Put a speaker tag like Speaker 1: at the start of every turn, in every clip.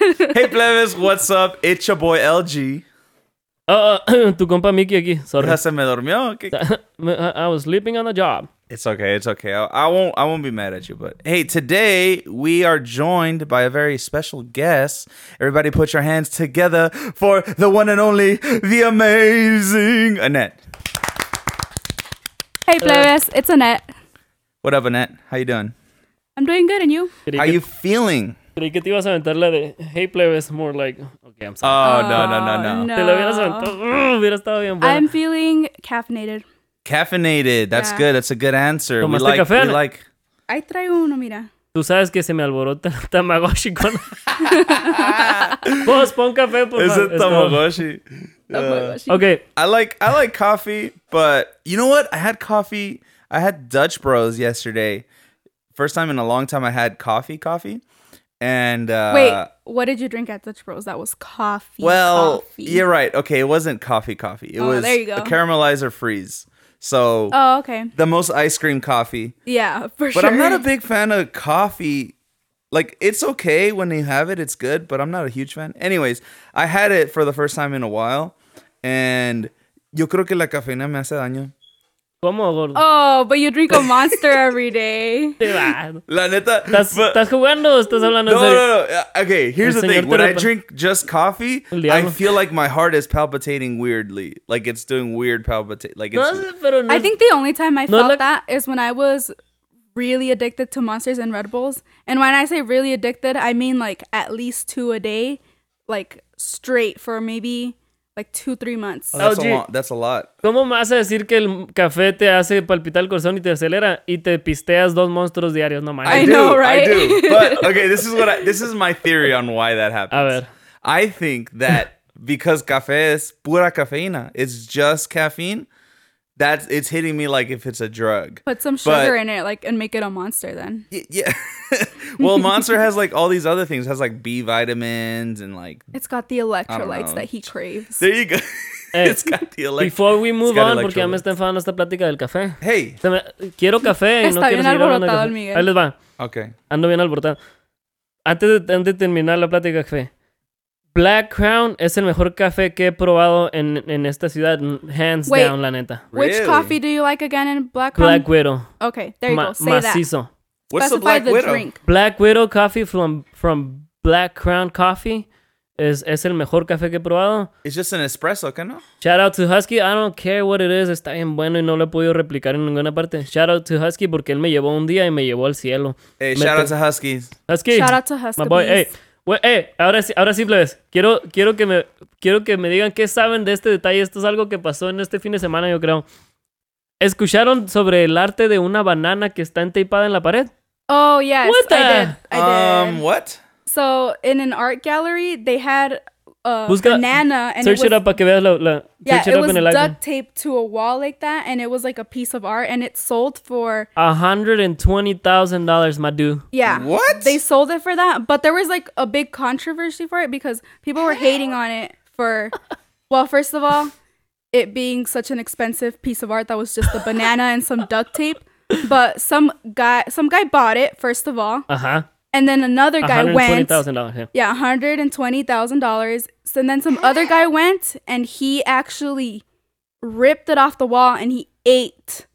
Speaker 1: Hey plebes, what's up? It's your boy LG.
Speaker 2: Ah, tu compa Mickey aquí. Sorry. ah,
Speaker 1: Ya se me durmió. ¿Qué-
Speaker 2: I I was sleeping on a job.
Speaker 1: It's okay. It's okay. I, I won't. I won't be mad at you. But hey, today we are joined by a very special guest. Everybody, put your hands together for the one and only, the amazing Annette.
Speaker 3: Hey plebes, it's Annette.
Speaker 1: What up, Annette? How you doing?
Speaker 3: I'm doing good, and you?
Speaker 2: Creí
Speaker 1: How
Speaker 2: que,
Speaker 1: you feeling?
Speaker 2: creí que te ibas a aventar la de Hey plebes, more like. Okay, I'm
Speaker 1: Oh
Speaker 2: sorry.
Speaker 1: no no no no!
Speaker 2: Te la hubieras aventado. Mm, hubiera estado bien bueno.
Speaker 3: I'm feeling caffeinated.
Speaker 1: Caffeinated. That's
Speaker 3: Yeah.
Speaker 1: good. That's a good answer. We
Speaker 2: Tomaste
Speaker 1: like.
Speaker 2: café,
Speaker 1: we
Speaker 2: Annette?
Speaker 1: like.
Speaker 3: I traigo uno, mira.
Speaker 2: Tú sabes que se me alborota el Tamagotchi con. Vos, pon café, por
Speaker 1: Is
Speaker 2: favor.
Speaker 1: it Tamagotchi?
Speaker 3: Oh my gosh.
Speaker 2: Ok,
Speaker 1: I like I like coffee, but you know what? I had coffee. I had Dutch Bros yesterday. First time in a long time I had coffee, coffee, and uh,
Speaker 3: Wait, what did you drink at Dutch Bros? That was coffee.
Speaker 1: Well,
Speaker 3: coffee.
Speaker 1: you're right. Okay, it wasn't coffee, coffee. It
Speaker 3: Oh,
Speaker 1: was
Speaker 3: there you go.
Speaker 1: a caramelizer freeze. So
Speaker 3: Oh, okay.
Speaker 1: the most ice cream coffee.
Speaker 3: Yeah, for sure.
Speaker 1: But I'm not a big fan of coffee. Like it's okay when you have it, it's good, but I'm not a huge fan. Anyways, I had it for the first time in a while, and yo creo que la cafeína me hace daño.
Speaker 2: ¿cómo, gordo?
Speaker 3: Oh, but you drink a monster every day.
Speaker 2: Te va.
Speaker 1: La neta.
Speaker 2: ¿Estás,
Speaker 1: but-
Speaker 2: estás jugando o estás hablando en
Speaker 1: no, no,
Speaker 2: serio?
Speaker 1: no. Uh, Okay, here's
Speaker 2: El
Speaker 1: the
Speaker 2: señor
Speaker 1: thing. When I
Speaker 2: Terapa.
Speaker 1: drink just coffee,
Speaker 2: El diablo.
Speaker 1: I feel like my heart is palpitating weirdly. Like it's doing weird palpitate. Like
Speaker 2: No,
Speaker 1: it's.
Speaker 2: es- pero no.
Speaker 3: I
Speaker 2: es-
Speaker 3: think the only time I
Speaker 2: No,
Speaker 3: felt
Speaker 2: like-
Speaker 3: that is when I was really addicted to monsters and Red Bulls. And when I say really addicted, I mean like at least two a day, like straight for maybe like two, three months.
Speaker 1: That's, a
Speaker 2: LG.
Speaker 1: lot, that's a lot.
Speaker 2: ¿Cómo me vas a decir que el café te hace palpitar el corazón y te acelera y te pisteas dos monstruos diarios? No
Speaker 3: I
Speaker 2: manches.
Speaker 3: know,
Speaker 1: I
Speaker 3: right?
Speaker 1: do. But okay, this is what I, this is my theory on why that happens.
Speaker 2: A ver.
Speaker 1: I think that because café is pura cafeína, it's just caffeine. That's it's hitting me like if it's a drug.
Speaker 3: Put some
Speaker 1: But-
Speaker 3: sugar in it, like, and make it a monster then.
Speaker 1: Y- Yeah. well, Monster has like all these other things. It has like B vitamins and like
Speaker 3: It's got the
Speaker 1: know.
Speaker 3: electrolytes that he craves.
Speaker 1: There you go.
Speaker 2: Hey,
Speaker 1: it's got the elect-
Speaker 2: Before we
Speaker 1: it's
Speaker 2: move
Speaker 1: got
Speaker 2: on, porque ya me
Speaker 1: electrolytes.
Speaker 2: está enfadando esta plática del café.
Speaker 1: Hey.
Speaker 2: Se me- Quiero café y no
Speaker 3: Está
Speaker 2: quiero
Speaker 3: bien
Speaker 2: seguir hablando de
Speaker 3: alborotado
Speaker 2: café.
Speaker 3: el Miguel.
Speaker 2: Ahí les va.
Speaker 1: Okay.
Speaker 2: Ando bien alborotado. Antes de, antes de terminar la plática de café. Black Crown es el mejor café que he probado en, en esta ciudad, hands
Speaker 3: Wait.
Speaker 2: down, la neta.
Speaker 1: Really?
Speaker 3: Which coffee do you like again in Black
Speaker 2: Black
Speaker 3: Rum?
Speaker 2: Widow,
Speaker 3: Okay, there you
Speaker 2: ma-
Speaker 3: go. Say that.
Speaker 2: macizo.
Speaker 1: What's the
Speaker 3: Specify
Speaker 1: Black
Speaker 3: the
Speaker 1: Widow?
Speaker 3: drink.
Speaker 2: Black Widow Coffee from, from Black Crown Coffee es, es el mejor café que he probado.
Speaker 1: It's just an espresso, ¿qué no?
Speaker 2: Shout out to Husky, I don't care what it is, está bien bueno y no lo he podido replicar en ninguna parte. Shout out to Husky porque él me llevó un día y me llevó al cielo.
Speaker 1: Hey,
Speaker 2: Me
Speaker 1: shout out
Speaker 2: te-
Speaker 1: to Huskies.
Speaker 2: Husky.
Speaker 3: Shout out to Husky
Speaker 2: My boy, hey,
Speaker 3: Bees.
Speaker 2: we- hey, ahora sí, ahora sí, plebes. Quiero, quiero, que me, quiero que me digan qué saben de este detalle. Esto es algo que pasó en este fin de semana, yo creo. ¿Escucharon sobre el arte de una banana que está entapada en la pared?
Speaker 3: Oh yes,
Speaker 2: What
Speaker 3: I
Speaker 2: the-
Speaker 3: did. I
Speaker 1: Um,
Speaker 3: did.
Speaker 1: what?
Speaker 3: So in an art gallery, they had a
Speaker 2: Busca-
Speaker 3: banana and it
Speaker 2: Search
Speaker 3: was,
Speaker 2: it up para que veas la... la-
Speaker 3: yeah,
Speaker 2: search it
Speaker 3: it
Speaker 2: up
Speaker 3: was
Speaker 2: en el iPhone.
Speaker 3: duct taped to a wall like that, and it was like a piece of art, and it sold for
Speaker 2: $120,000, my dude.
Speaker 3: yeah.
Speaker 1: What?
Speaker 3: They sold it for that, but there was like a big controversy for it because people were hating on it for, well, first of all, it being such an expensive piece of art that was just a banana and some duct tape. But some guy, some guy bought it first of all,
Speaker 2: Ajá.
Speaker 3: and then another guy went.
Speaker 2: $120,000, yeah.
Speaker 3: Yeah, hundred and twenty thousand dollars. So then some other guy went and he actually ripped it off the wall and he ate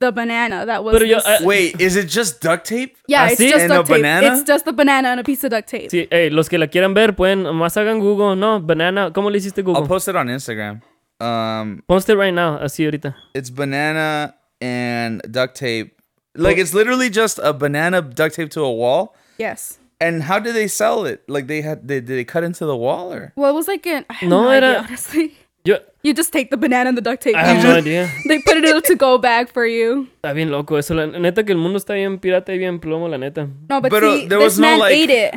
Speaker 3: the banana that was.
Speaker 2: Pero yo,
Speaker 3: this-
Speaker 2: eh,
Speaker 1: Wait, is it just duct tape?
Speaker 3: yeah, it's
Speaker 2: así?
Speaker 3: just
Speaker 1: And
Speaker 3: duct
Speaker 1: a
Speaker 3: tape.
Speaker 1: banana?
Speaker 3: It's just a banana and a piece of duct tape.
Speaker 2: Sí, hey, los que la quieran ver pueden, más hagan Google, no, banana, ¿cómo le hiciste
Speaker 1: I'll
Speaker 2: Google?
Speaker 1: post it on Instagram. Um,
Speaker 2: Poste right now, así ahorita.
Speaker 1: it's banana and duct tape. Like it's literally just a banana duct tape to a wall.
Speaker 3: Yes.
Speaker 1: And how did they sell it? Like they had, they, did they cut into the wall or?
Speaker 3: Well, it was like an. I have
Speaker 2: No,
Speaker 3: no,
Speaker 2: era-
Speaker 3: idea, honestly.
Speaker 2: Yo,
Speaker 3: You just take the banana and the duct tape.
Speaker 2: I
Speaker 3: You
Speaker 2: have no
Speaker 3: just-
Speaker 2: idea.
Speaker 3: they put it in a to-go bag for you.
Speaker 2: Está bien loco eso, la neta que el mundo está bien pirata y bien plomo, la neta.
Speaker 3: No, but,
Speaker 1: But, uh,
Speaker 3: see,
Speaker 1: there
Speaker 3: this
Speaker 1: was no,
Speaker 3: man
Speaker 1: like-
Speaker 3: ate it.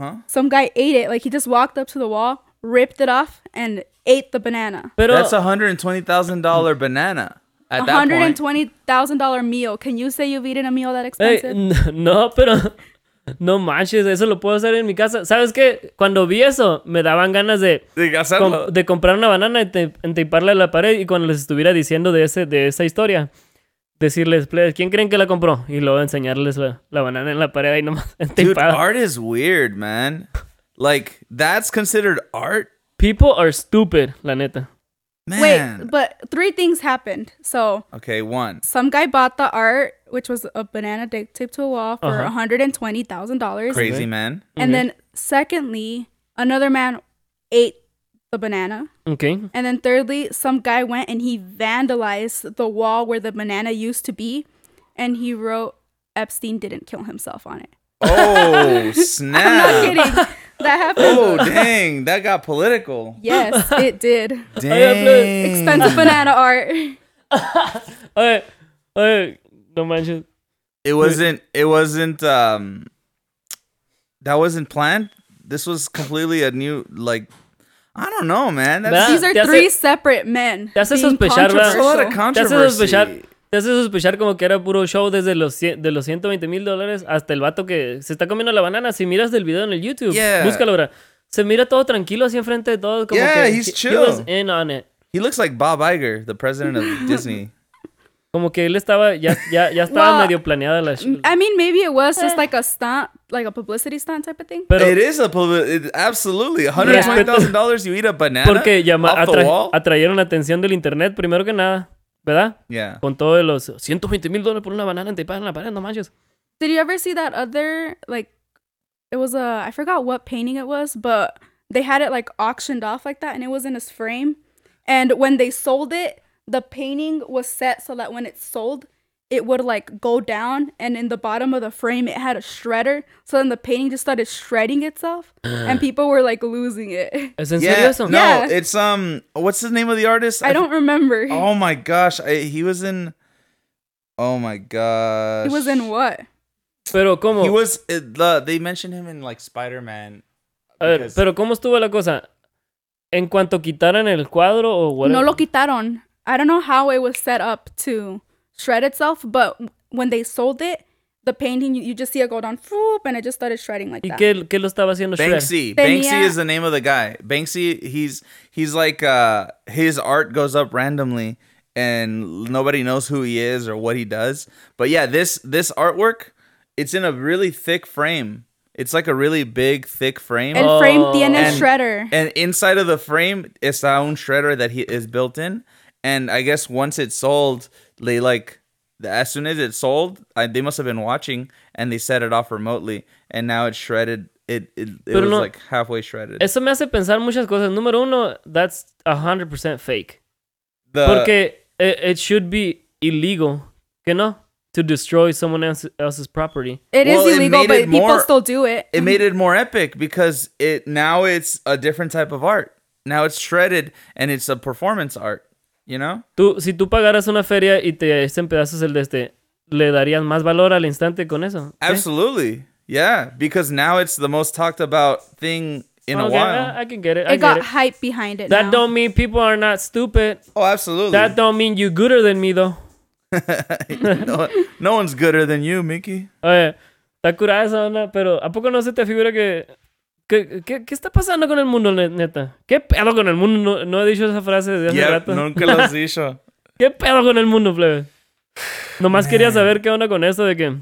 Speaker 1: Huh?
Speaker 3: Some guy ate it. Like he just walked up to the wall, ripped it off, and ate the banana.
Speaker 2: Pero,
Speaker 1: That's a hundred and twenty thousand dollar banana. At
Speaker 3: A
Speaker 1: that
Speaker 3: hundred and
Speaker 1: point.
Speaker 3: twenty thousand dollar meal. Can you say you've eaten a meal that
Speaker 2: Ey,
Speaker 3: expensive?
Speaker 2: n- no, pero no manches, eso lo puedo hacer en mi casa. ¿Sabes qué? Cuando vi eso, me daban ganas de,
Speaker 1: They got some-
Speaker 2: com- de comprar una banana y te- entaparla a la pared y cuando les estuviera diciendo de, ese, de esa historia, decirles, "Plebes, ¿quién creen que la compró? Y luego enseñarles la, la banana en la pared ahí nomás
Speaker 1: Dude,
Speaker 2: entapada.
Speaker 1: art is weird, man. Like that's considered art,
Speaker 2: People are stupid, la neta.
Speaker 1: man.
Speaker 3: Wait, but three things happened. So
Speaker 1: okay, one.
Speaker 3: some guy bought the art, which was a banana duct taped to a wall for
Speaker 2: Uh-huh.
Speaker 3: $120,000.
Speaker 1: Crazy Mm-hmm. man.
Speaker 3: And then secondly, another man ate the banana.
Speaker 2: Okay.
Speaker 3: And then thirdly, some guy went and he vandalized the wall where the banana used to be and he wrote Epstein didn't kill himself on it.
Speaker 1: Oh
Speaker 3: I'm
Speaker 1: snap!
Speaker 3: not kidding. That happened.
Speaker 1: Oh dang, that got political.
Speaker 3: Yes, it did.
Speaker 1: Dang.
Speaker 3: Expensive banana art.
Speaker 2: Oye, oye, no manches.
Speaker 1: It wasn't. It wasn't. Um, that wasn't planned. This was completely a new. Like, I don't know, man. Ah, That's,
Speaker 2: That-
Speaker 3: These are
Speaker 2: te hace-
Speaker 3: three separate men.
Speaker 2: te hace
Speaker 3: being
Speaker 2: sospechar, ¿verdad?
Speaker 1: that's a lot of
Speaker 2: Te
Speaker 3: controversial.
Speaker 2: hace sospechar,
Speaker 1: controversy.
Speaker 2: te hace sospechar como que era puro show desde los, cien- de los 120 mil dólares hasta el vato que se está comiendo la banana. Si miras el video en el YouTube,
Speaker 1: Yeah.
Speaker 2: búscalo ahora. Se mira todo tranquilo así enfrente de todos. Como
Speaker 1: Yeah,
Speaker 2: que
Speaker 1: he's
Speaker 2: he-
Speaker 1: chill.
Speaker 2: He was in on it.
Speaker 1: He looks like Bob Iger, the president of Disney.
Speaker 2: Como que él estaba, ya, ya, ya estaba
Speaker 3: Well,
Speaker 2: medio planeada la sh-
Speaker 3: Mm, I mean, maybe it was
Speaker 1: Eh.
Speaker 3: just like a stunt, like a publicity stunt type of thing.
Speaker 2: Pero
Speaker 1: it is a public. It, absolutely, one hundred twenty thousand dollars. You eat a banana
Speaker 2: porque llama,
Speaker 1: off
Speaker 2: atra-
Speaker 1: the wall.
Speaker 2: atrayeron la atención del internet primero que nada, ¿verdad?
Speaker 1: yeah.
Speaker 2: Con todos los 120 mil dólares por una banana te pagan la pared, no manches.
Speaker 3: Did you ever see that other like? It was a I forgot what painting it was, but they had it like auctioned off like that, and it was in his frame. And when they sold it, the painting was set so that when it sold, it would like go down, and in the bottom of the frame, it had a shredder. So then the painting just started shredding itself, and people were like losing it.
Speaker 2: ¿Es en serio
Speaker 1: Yeah.
Speaker 2: eso?
Speaker 1: No,
Speaker 3: Yeah.
Speaker 1: it's um. What's the name of the artist?
Speaker 3: I don't remember.
Speaker 1: Oh my gosh, I, he was in. Oh my gosh,
Speaker 3: It was in what?
Speaker 2: Pero ¿cómo?
Speaker 1: He was. It, the, they mentioned him in like Spider Man.
Speaker 2: A ver,
Speaker 1: Because-
Speaker 2: pero ¿cómo estuvo la cosa? En cuanto quitaran el cuadro o
Speaker 3: No
Speaker 2: whatever.
Speaker 3: lo quitaron. I don't know how it was set up to shred itself, but when they sold it, the painting you, you just see it go down, whoop, and it just started shredding like
Speaker 2: ¿Y
Speaker 3: that.
Speaker 2: qué, qué lo estaba haciendo Shrek?
Speaker 1: Banksy. Banksy
Speaker 3: Tenía-
Speaker 1: is the name of the guy. Banksy. He's he's like uh his art goes up randomly and nobody knows who he is or what he does. But yeah, this this artwork, it's in a really thick frame. It's like a really big thick frame.
Speaker 3: El frame tiene
Speaker 1: And-
Speaker 3: shredder.
Speaker 1: and inside of the frame is the own shredder that he is built in and i guess once it's sold they like as soon as it's sold I, they must have been watching and they set it off remotely and now it's shredded it it, it
Speaker 2: Pero
Speaker 1: was
Speaker 2: no-
Speaker 1: like halfway shredded
Speaker 2: Eso me hace pensar muchas cosas. Número uno, that's 100% fake.
Speaker 1: the,
Speaker 2: Porque it, it should be illegal, que no? To destroy someone else- else's property.
Speaker 3: It is
Speaker 1: well, it
Speaker 3: illegal,
Speaker 1: made
Speaker 3: but
Speaker 1: it
Speaker 3: people
Speaker 1: more-
Speaker 3: still do it.
Speaker 1: it made it more epic because it now it's a different type of art now it's shredded and it's a performance art you know
Speaker 2: Tú, si tú pagaras una feria y te hacen pedazos el de este, ¿le darías más valor al instante con eso? ¿Sí?
Speaker 1: absolutely yeah because now it's the most talked about thing in a
Speaker 2: Okay,
Speaker 1: while
Speaker 2: I, I can get it. I
Speaker 3: It
Speaker 2: get
Speaker 3: got
Speaker 2: it.
Speaker 3: hype behind it.
Speaker 2: That
Speaker 3: now.
Speaker 2: don't mean people are not stupid.
Speaker 1: oh absolutely
Speaker 2: That don't mean you gooder than me, though.
Speaker 1: no, no one's gooder than you, Mickey.
Speaker 2: Oye, está curada esa onda, pero ¿a poco no se te figura que... que- que- ¿Qué está pasando con el mundo, ne- neta? ¿Qué pedo con el mundo? No, no he dicho esa frase desde hace
Speaker 1: Yeah,
Speaker 2: rato.
Speaker 1: nunca lo has dicho.
Speaker 2: ¿Qué pedo con el mundo, plebe? Nomás quería saber qué onda con esto de que...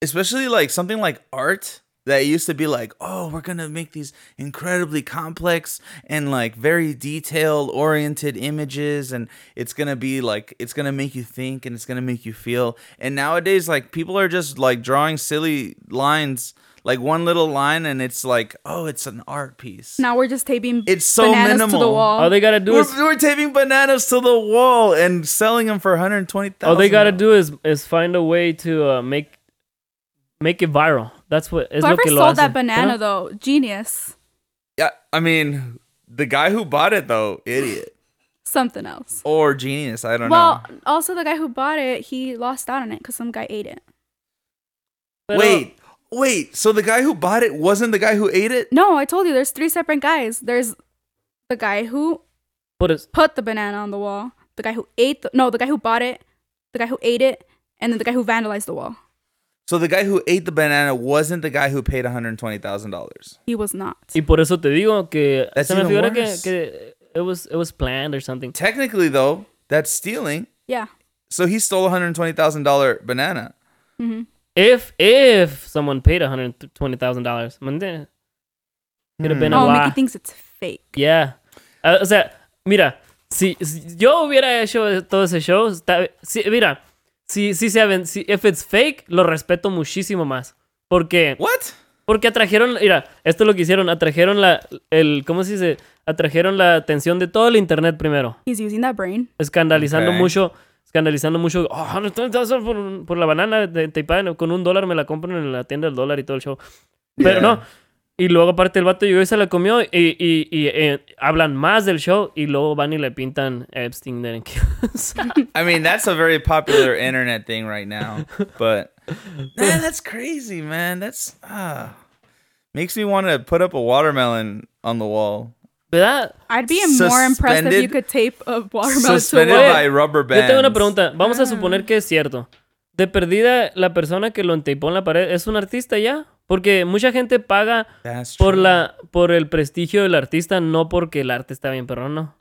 Speaker 1: Especially like something like art that used to be like, oh, we're gonna make these incredibly complex and like very detailed oriented images, and it's gonna be like it's gonna make you think and it's gonna make you feel. And nowadays, like people are just like drawing silly lines, like one little line, and it's like, oh, it's an art piece.
Speaker 3: Now we're just taping
Speaker 1: It's so
Speaker 3: bananas to the
Speaker 1: minimal.
Speaker 3: wall.
Speaker 2: All Oh, they gotta do
Speaker 1: We're,
Speaker 2: is...
Speaker 1: we're taping bananas to the wall and selling them for 120,000.
Speaker 2: All Oh, they gotta do is, is find a way to uh, make... Make it viral. That's what... Es lo
Speaker 3: Whoever
Speaker 2: que lo
Speaker 3: sold
Speaker 2: hace,
Speaker 3: that banana,
Speaker 2: ¿no?
Speaker 3: though, genius.
Speaker 1: Yeah, I mean, the guy who bought it though, idiot
Speaker 3: Something else.
Speaker 1: or genius, I don't
Speaker 3: Well,
Speaker 1: know.
Speaker 3: also the guy who bought it, he lost out on it because some guy ate it.
Speaker 2: Pero-
Speaker 1: wait, wait. So the guy who bought it wasn't the guy who ate it?
Speaker 3: No, I told you, there's three separate guys. There's the guy who
Speaker 2: Por eso-
Speaker 3: put the banana on the wall, the guy who ate the, no, the guy who bought it, the guy who ate it, and then the guy who vandalized the wall.
Speaker 1: So the guy who ate the banana wasn't the guy who paid one hundred twenty thousand dollars.
Speaker 3: He was not.
Speaker 2: Y por eso te digo que...
Speaker 1: That's
Speaker 2: se me
Speaker 1: even
Speaker 2: figura que,
Speaker 1: worse.
Speaker 2: que... It was, it was planned or something.
Speaker 1: Technically, though, that's stealing.
Speaker 3: Yeah.
Speaker 1: So he stole a hundred twenty thousand dollar banana.
Speaker 2: If if someone paid one hundred twenty thousand dollars, Could have been a
Speaker 3: Oh,
Speaker 2: wa.
Speaker 3: Mickey thinks it's fake.
Speaker 2: Yeah. Ah, o sea, mira, si, si yo hubiera hecho todo ese show, está- si- mira, si, si se aven- si, if it's fake, lo respeto muchísimo más. Porque,
Speaker 1: What?
Speaker 2: porque atrajeron, mira, esto es lo que hicieron, atrajeron la, el, ¿cómo se dice? Atrajeron la atención de todo el internet primero
Speaker 3: He's using that brain.
Speaker 2: escandalizando
Speaker 1: Ok.
Speaker 2: mucho, escandalizando mucho, oh, no, no, no, por, un- por la banana de Taipan, con un dólar me la compran en la tienda del dólar y todo el show.
Speaker 1: Yeah.
Speaker 2: Pero no. Y luego aparte el vato llegó y se la comió y, y- y, eh, hablan más del show y luego van y le pintan Epstein de
Speaker 1: I mean, that's a very popular internet thing right now. But man, that's crazy, man. That's ah, makes me want to put up a watermelon on the wall,
Speaker 2: ¿Verdad?
Speaker 3: I'd be more impressed if you
Speaker 1: Suspended-
Speaker 3: could tape a watermelon to a
Speaker 1: suspended
Speaker 3: wall.
Speaker 2: wall.
Speaker 1: by rubber
Speaker 2: Yo
Speaker 1: bands.
Speaker 2: tengo una pregunta. Vamos a suponer que es cierto. De perdida, la persona que lo entapó en la pared es un artista ya. Porque mucha gente paga
Speaker 1: That's
Speaker 2: por,
Speaker 1: true.
Speaker 2: la, por el prestigio del artista, no porque el arte está bien, pero no.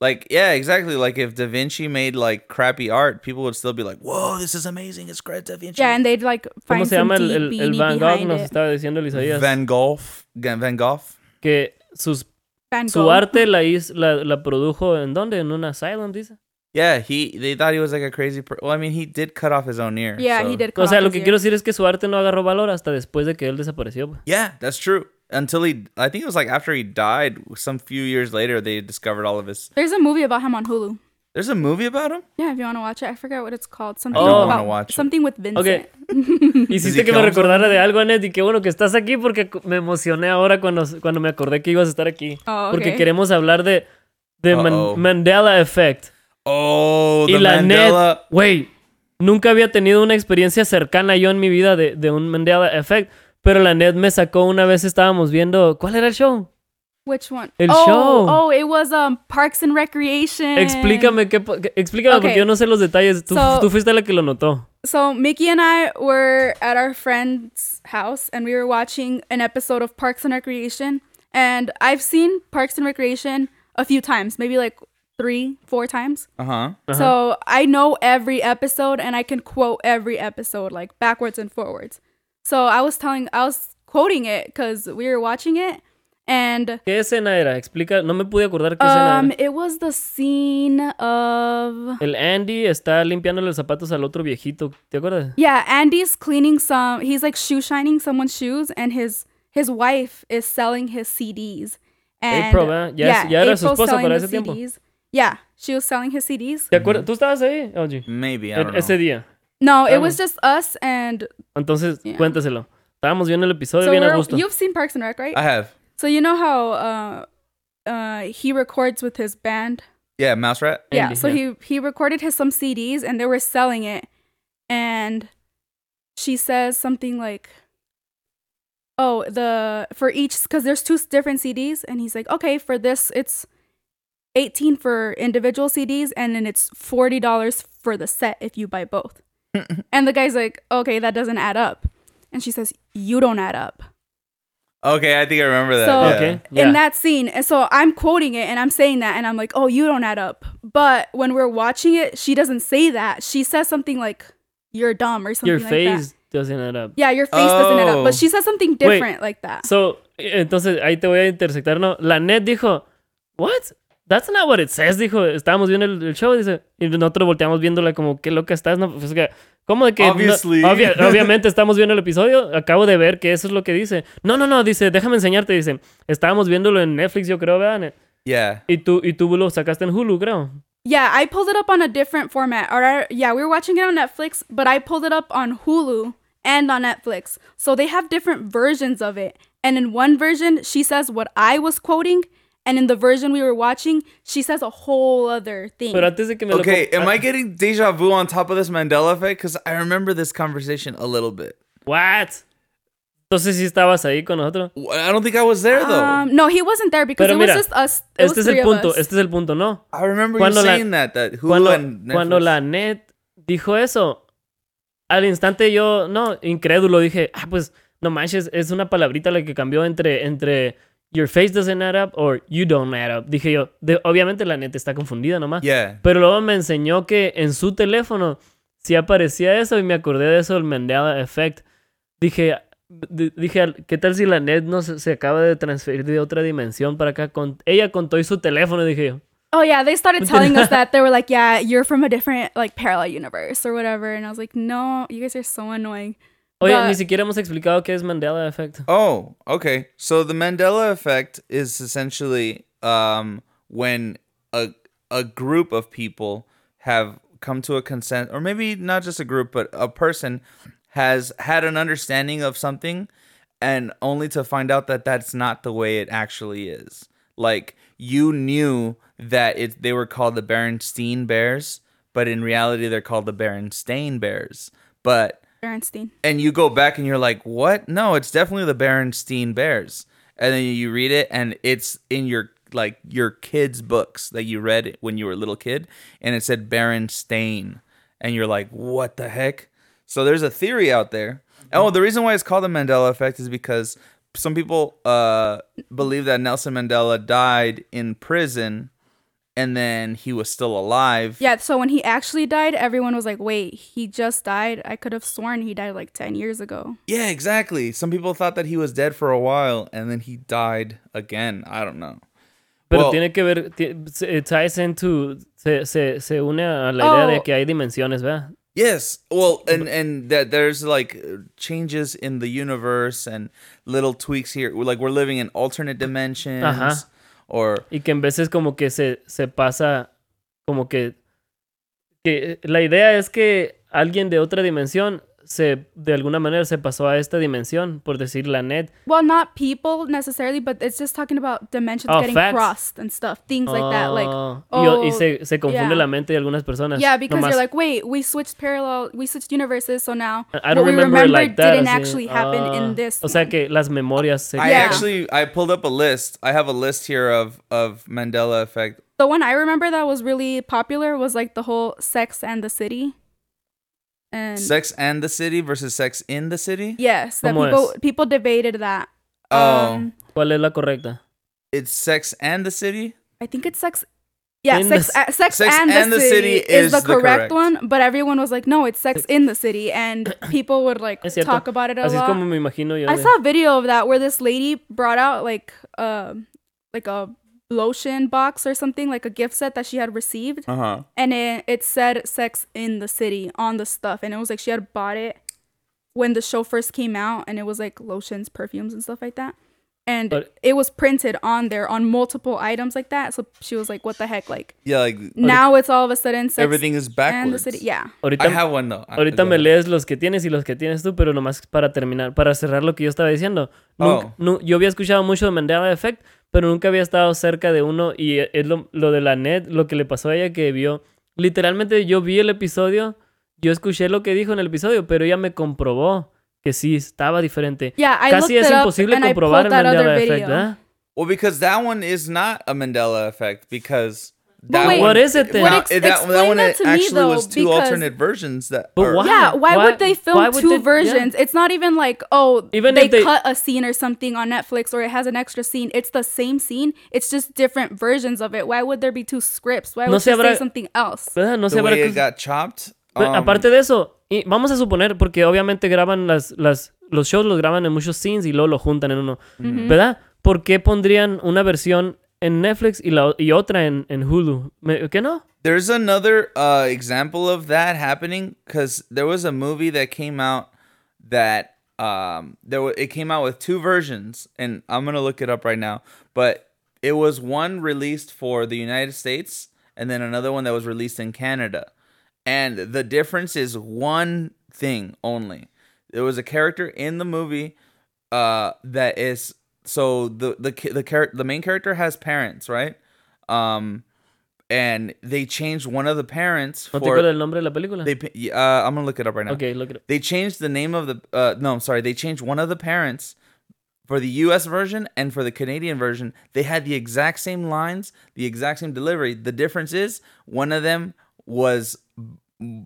Speaker 1: Like, yeah, exactly. Like, if Da Vinci made like crappy art, people would still be like, "Whoa, this is amazing! It's great, Da Vinci."
Speaker 3: Yeah, and they'd like
Speaker 2: ¿Cómo
Speaker 3: find
Speaker 2: se llama
Speaker 3: some
Speaker 2: el,
Speaker 3: deep
Speaker 2: el- el
Speaker 3: meaning
Speaker 2: Van Gogh?
Speaker 3: behind
Speaker 2: Nos
Speaker 3: it.
Speaker 2: estaba diciendo el Isaías
Speaker 1: Van Gogh, Van Gogh.
Speaker 2: que sus,
Speaker 3: Van
Speaker 2: su
Speaker 3: Gogh.
Speaker 2: arte la, hiz- la, la produjo en dónde? En un asylum, dice.
Speaker 1: Yeah, he. They thought he was like a crazy. Per- well, I mean, he did cut off his own ear.
Speaker 3: Yeah,
Speaker 1: so-
Speaker 3: he did.
Speaker 2: O
Speaker 3: cut
Speaker 2: sea,
Speaker 3: off
Speaker 2: lo
Speaker 3: his
Speaker 2: que
Speaker 3: ear.
Speaker 2: quiero decir es que su arte no agarró valor hasta después de que él desapareció. pues.
Speaker 1: Yeah, that's true. Until he, I think it was like after he died, some few years later, they discovered all of his.
Speaker 3: There's a movie about him on Hulu.
Speaker 1: There's a movie about him.
Speaker 3: Yeah, if you want to watch it, I forget what it's called. Something
Speaker 2: don't
Speaker 1: wanna
Speaker 3: about
Speaker 1: watch it.
Speaker 3: something with Vincent.
Speaker 2: Okay. Hiciste
Speaker 1: he
Speaker 2: que me
Speaker 1: kill
Speaker 2: recordara de algo, Anet, y qué bueno que estás aquí porque cu- me emocioné ahora cuando, cuando me acordé que ibas a estar aquí.
Speaker 3: Oh, ok.
Speaker 2: Porque queremos hablar de, de Man-
Speaker 1: Uh-oh.
Speaker 2: Mandela Effect.
Speaker 1: Oh, the
Speaker 2: y la
Speaker 1: Mandela.
Speaker 2: net, güey, nunca había tenido una experiencia cercana yo en mi vida de, de un Mandela Effect. Pero la net me sacó una vez, estábamos viendo, ¿cuál era el show?
Speaker 3: Which one?
Speaker 2: El
Speaker 3: oh,
Speaker 2: show.
Speaker 3: Oh, it was um Parks and Recreation.
Speaker 2: Explícame qué, po- que- explícame
Speaker 3: Eh. Ok.
Speaker 2: porque yo no sé los detalles. Tú,
Speaker 3: So-
Speaker 2: tú fuiste la que lo notó.
Speaker 3: So Mickey and I were at our friend's house, and we were watching an episode of Parks and Recreation. And I've seen Parks and Recreation a few times, maybe like three, four times.
Speaker 1: Uh huh.
Speaker 3: So I know every episode and I can quote every episode like backwards and forwards. So I was telling, I was quoting it because we were watching it. And
Speaker 2: ¿Qué escena era? Explica, no me pude acordar qué
Speaker 3: um,
Speaker 2: escena
Speaker 3: it was the scene of.
Speaker 2: era. El Andy está limpiándole los zapatos al otro viejito, ¿te acuerdas?
Speaker 3: Yeah, Andy's cleaning some. He's like shoe shining someone's shoes, and his his wife is selling his CDs. And
Speaker 2: April, ¿verdad? Ya es- ya era su esposa
Speaker 3: selling
Speaker 2: para
Speaker 3: the
Speaker 2: ese tiempo.
Speaker 3: Yeah, she was selling his CDs.
Speaker 2: ¿Te acuerdas? ¿Tú estabas ahí, OG?
Speaker 1: Maybe I don't know.
Speaker 2: E, Ese día.
Speaker 3: No, it
Speaker 2: Claro.
Speaker 3: was just us and
Speaker 2: Entonces,
Speaker 3: Yeah.
Speaker 2: cuéntaselo. Estábamos viendo el episodio
Speaker 3: so
Speaker 2: bien a
Speaker 3: we're,
Speaker 2: gusto.
Speaker 3: you've seen Parks and Rec, right?
Speaker 1: I have.
Speaker 3: so you know how uh, uh, he records with his band.
Speaker 1: Yeah, Mouse Rat.
Speaker 3: yeah,
Speaker 2: Andy,
Speaker 3: so
Speaker 2: yeah.
Speaker 3: he he recorded his some CDs and they were selling it, and she says something like, "Oh, the for each because there's two different CDs," and he's like, "Okay, for this it's eighteen for individual CDs, and then it's forty dollars for the set if you buy both." and the guy's like, "Okay, that doesn't add up," and she says, "You don't add up."
Speaker 1: Okay, I think I remember that.
Speaker 3: So-
Speaker 1: yeah.
Speaker 2: Okay.
Speaker 3: in
Speaker 2: Yeah.
Speaker 3: that scene. And so I'm quoting it and I'm saying that and I'm like, oh, you don't add up. But when we're watching it, she doesn't say that. She says something like, you're dumb or something
Speaker 2: Your
Speaker 3: like
Speaker 2: face
Speaker 3: that.
Speaker 2: doesn't add up.
Speaker 3: Yeah, your face doesn't add up.
Speaker 1: Oh.
Speaker 3: But she says something different like that.
Speaker 2: So, entonces ahí te voy a intersectar, ¿no? La net dijo, ¿What? That's not what it says, dijo. Estábamos viendo el, el show, dice. Y nosotros volteamos viéndola como, qué loca estás, ¿no? Pues, o sea, ¿Cómo de que.? no-
Speaker 1: Obviously.
Speaker 2: obvia- obviamente estamos viendo el episodio. Acabo de ver que eso es lo que dice. No, no, no, dice, déjame enseñarte, dice. Estábamos viéndolo en Netflix, yo creo, ¿verdad?
Speaker 1: yeah.
Speaker 2: Y tú, y tú lo sacaste en Hulu, creo.
Speaker 3: yeah, I pulled it up on a different format. Or I, yeah, we were watching it on Netflix, but I pulled it up on Hulu and on Netflix. So they have different versions of it. And in one version, she says what I was quoting. And in the version we were watching, she says a whole other thing.
Speaker 2: Pero antes de que me
Speaker 1: Okay,
Speaker 2: lo.
Speaker 1: am I getting deja vu on top of this Mandela effect? Because I remember this conversation a little bit.
Speaker 2: ¿What? Entonces sí estabas ahí con nosotros.
Speaker 1: Wh- I don't think I was there though.
Speaker 3: Um, no, he wasn't there because
Speaker 2: Pero
Speaker 3: it was
Speaker 2: mira,
Speaker 3: just us.
Speaker 2: Este
Speaker 3: It was
Speaker 2: es
Speaker 3: three
Speaker 2: el
Speaker 3: of
Speaker 2: punto,
Speaker 3: us.
Speaker 2: este es el punto, ¿no?
Speaker 1: I remember you
Speaker 2: cuando la-
Speaker 1: saying that that Hulu
Speaker 2: cuando,
Speaker 1: and Netflix.
Speaker 2: cuando la net dijo eso, al instante yo, no, incrédulo, dije, ah, pues no manches, es una palabrita la que cambió entre, entre your face doesn't add up or you don't add up. Dije yo, de- obviamente la net está confundida nomás.
Speaker 1: Yeah.
Speaker 2: Pero luego me enseñó que en su teléfono sí aparecía eso y me acordé de eso, el Mandela Effect. Dije, d- dije, "Al- ¿qué tal si la net no se, se acaba de transferir de otra dimensión para acá? Con, ella contó y su teléfono, dije yo.
Speaker 3: Oh yeah, they started telling us that they were like, "Yeah, you're from a different like parallel universe or whatever," and I was like, "No, you guys are so annoying."
Speaker 2: Oye,
Speaker 3: But-
Speaker 2: ni siquiera hemos explicado qué es Mandela Effect.
Speaker 1: Oh, okay. So the Mandela effect is essentially um, when a a group of people have come to a consent, or maybe not just a group, but a person has had an understanding of something, and only to find out that that's not the way it actually is. Like you knew that it they were called the Berenstain Bears, but in reality they're called the Berenstain Bears. But
Speaker 3: Bernstein.
Speaker 1: and you go back and you're like, what? No, it's definitely the Berenstain Bears. And then you read it and it's in your like your kids' books that you read when you were a little kid, and it said Berenstain, and you're like, what the heck? So there's a theory out there. Oh, the reason why it's called the Mandela effect is because some people uh, believe that Nelson Mandela died in prison, and then he was still alive.
Speaker 3: Yeah, so when he actually died, everyone was like, "Wait, he just died? I could have sworn he died like 10 years ago."
Speaker 1: Yeah, exactly. Some people thought that he was dead for a while and then he died again. I don't know.
Speaker 2: Pero
Speaker 1: Well-
Speaker 2: tiene que ver, ti- se- ties into, se, se, se une a la idea de
Speaker 3: Oh.
Speaker 2: que hay dimensiones, ¿verdad?
Speaker 1: Yes. Well, and and that there's like changes in the universe and little tweaks here. Like we're living in alternate dimensions
Speaker 2: Ajá.
Speaker 1: or
Speaker 2: Y que en veces como que se, se pasa, como que, que eh, la idea es que alguien de otra dimensión se, de alguna manera se pasó a esta dimensión, por decir la net.
Speaker 3: Well, not people necessarily, but it's just talking about dimensions
Speaker 2: Oh,
Speaker 3: getting
Speaker 2: facts.
Speaker 3: crossed and stuff, things like that. Like,
Speaker 2: Ah, y o- y,
Speaker 3: oh,
Speaker 2: se, se confunde
Speaker 3: yeah.
Speaker 2: la mente de algunas personas.
Speaker 3: yeah, because
Speaker 2: nomás.
Speaker 3: you're like, "Wait, we switched parallel, we switched universes, so now
Speaker 2: I
Speaker 3: what
Speaker 2: don't
Speaker 3: we
Speaker 2: remember it
Speaker 3: remembered
Speaker 2: like that,
Speaker 3: didn't
Speaker 2: así.
Speaker 3: actually happen
Speaker 2: Ah,
Speaker 3: in this."
Speaker 2: O sea
Speaker 3: one.
Speaker 2: que las memorias se...
Speaker 1: I
Speaker 3: Yeah.
Speaker 1: actually I pulled up a list. I have a list here of of Mandela effect.
Speaker 3: the one I remember that was really popular was like the whole Sex and the City. And
Speaker 1: Sex and the City versus Sex in the City.
Speaker 3: yes, that
Speaker 2: ¿Cómo
Speaker 3: people
Speaker 2: es?
Speaker 3: people debated that.
Speaker 1: Oh.
Speaker 3: Um,
Speaker 2: ¿Cuál es la correcta?
Speaker 1: It's Sex and the City.
Speaker 3: I think it's sex. Yeah,
Speaker 2: In
Speaker 3: sex,
Speaker 2: the
Speaker 3: a- sex,
Speaker 1: Sex
Speaker 3: and, the, city, is the, correct,
Speaker 1: correct.
Speaker 3: one, but everyone was like, "No, it's sex in the city," and people would like
Speaker 2: Es cierto.
Speaker 3: talk about it a
Speaker 2: Así es
Speaker 3: lot.
Speaker 2: como me imagino yo.
Speaker 3: I
Speaker 2: de-
Speaker 3: saw a video of that where this lady brought out like um like a lotion box or something, like a gift set that she had received,
Speaker 1: Uh
Speaker 2: Uh-huh.
Speaker 1: huh.
Speaker 3: and it it said "sex in the city" on the stuff, and it was like she had bought it when the show first came out, and it was like lotions, perfumes, and stuff like that. And
Speaker 2: But-
Speaker 3: it was printed on there on multiple items like that. So she was like, "What the heck?" Like
Speaker 1: Yeah, like
Speaker 3: now it's all of a sudden sex
Speaker 1: everything is
Speaker 3: and the
Speaker 1: backwards.
Speaker 3: city. Yeah.
Speaker 2: Ahorita,
Speaker 1: I have one though.
Speaker 2: Ahorita
Speaker 1: Go
Speaker 2: me
Speaker 1: ahead.
Speaker 2: lees los que tienes y los que tienes tú, pero nomás para terminar, para cerrar lo que yo estaba diciendo.
Speaker 1: Oh.
Speaker 2: Nunca- nu- yo había escuchado mucho de Mandela Effect, pero nunca había estado cerca de uno y e- es lo, lo de la net, lo que le pasó a ella que vio. Literalmente yo vi el episodio, yo escuché lo que dijo en el episodio, pero ella me comprobó que sí estaba diferente.
Speaker 3: Yeah, I
Speaker 2: Casi es
Speaker 3: looked it up
Speaker 2: imposible
Speaker 3: and I
Speaker 2: comprobar el
Speaker 3: pulled that
Speaker 2: Mandela
Speaker 3: other
Speaker 2: Effect,
Speaker 3: video.
Speaker 2: ¿verdad?
Speaker 1: Well, because that one is not a Mandela effect because that
Speaker 3: wait,
Speaker 2: What is it then?
Speaker 1: Now,
Speaker 3: What ex- explain that to me,
Speaker 1: actually
Speaker 3: though,
Speaker 1: was two
Speaker 3: because-
Speaker 1: alternate versions that.
Speaker 2: But
Speaker 1: are-
Speaker 2: why?
Speaker 3: Yeah, why,
Speaker 2: Why-
Speaker 3: would they film
Speaker 2: why would
Speaker 3: two
Speaker 2: they- yeah.
Speaker 3: versions? It's not even like, oh,
Speaker 2: Even
Speaker 3: they,
Speaker 2: if they-
Speaker 3: cut a scene or something on Netflix or it has an extra scene. It's the same scene. It's just different versions of it. Why would there be two scripts? Why
Speaker 2: No
Speaker 3: would
Speaker 2: se
Speaker 3: you
Speaker 2: habrá-
Speaker 3: say something else?
Speaker 2: ¿Verdad? No
Speaker 1: The
Speaker 2: habrá
Speaker 1: way it
Speaker 2: cru-
Speaker 1: got chopped.
Speaker 2: Pero
Speaker 1: um,
Speaker 2: Pues, aparte de eso, y vamos a suponer, porque obviamente graban las, las, los shows, los graban en muchos scenes y luego lo juntan en uno, ¿verdad? ¿Por qué pondrían una versión en Netflix y, la, o- y otra en, en Hulu? Me- ¿Qué no?
Speaker 1: There's another uh, example of that happening because there was a movie that came out that um, there wa it came out with two versions, and I'm gonna look it up right now. But it was one released for the United States, and then another one that was released in Canada, and the difference is one thing only. There was a character in the movie uh, that is so the the ki- the char- the main character has parents, right? Um, and they changed one of the parents
Speaker 2: ¿No te
Speaker 1: for
Speaker 2: acuerdas el nombre de la película?
Speaker 1: they. pa- y- Uh, I'm gonna look it up right now.
Speaker 2: Ok, lo creo.
Speaker 1: They changed the name of the. Uh, no, I'm sorry. They changed one of the parents for the U.S. version and for the Canadian version. They had the exact same lines, the exact same delivery. The difference is one of them was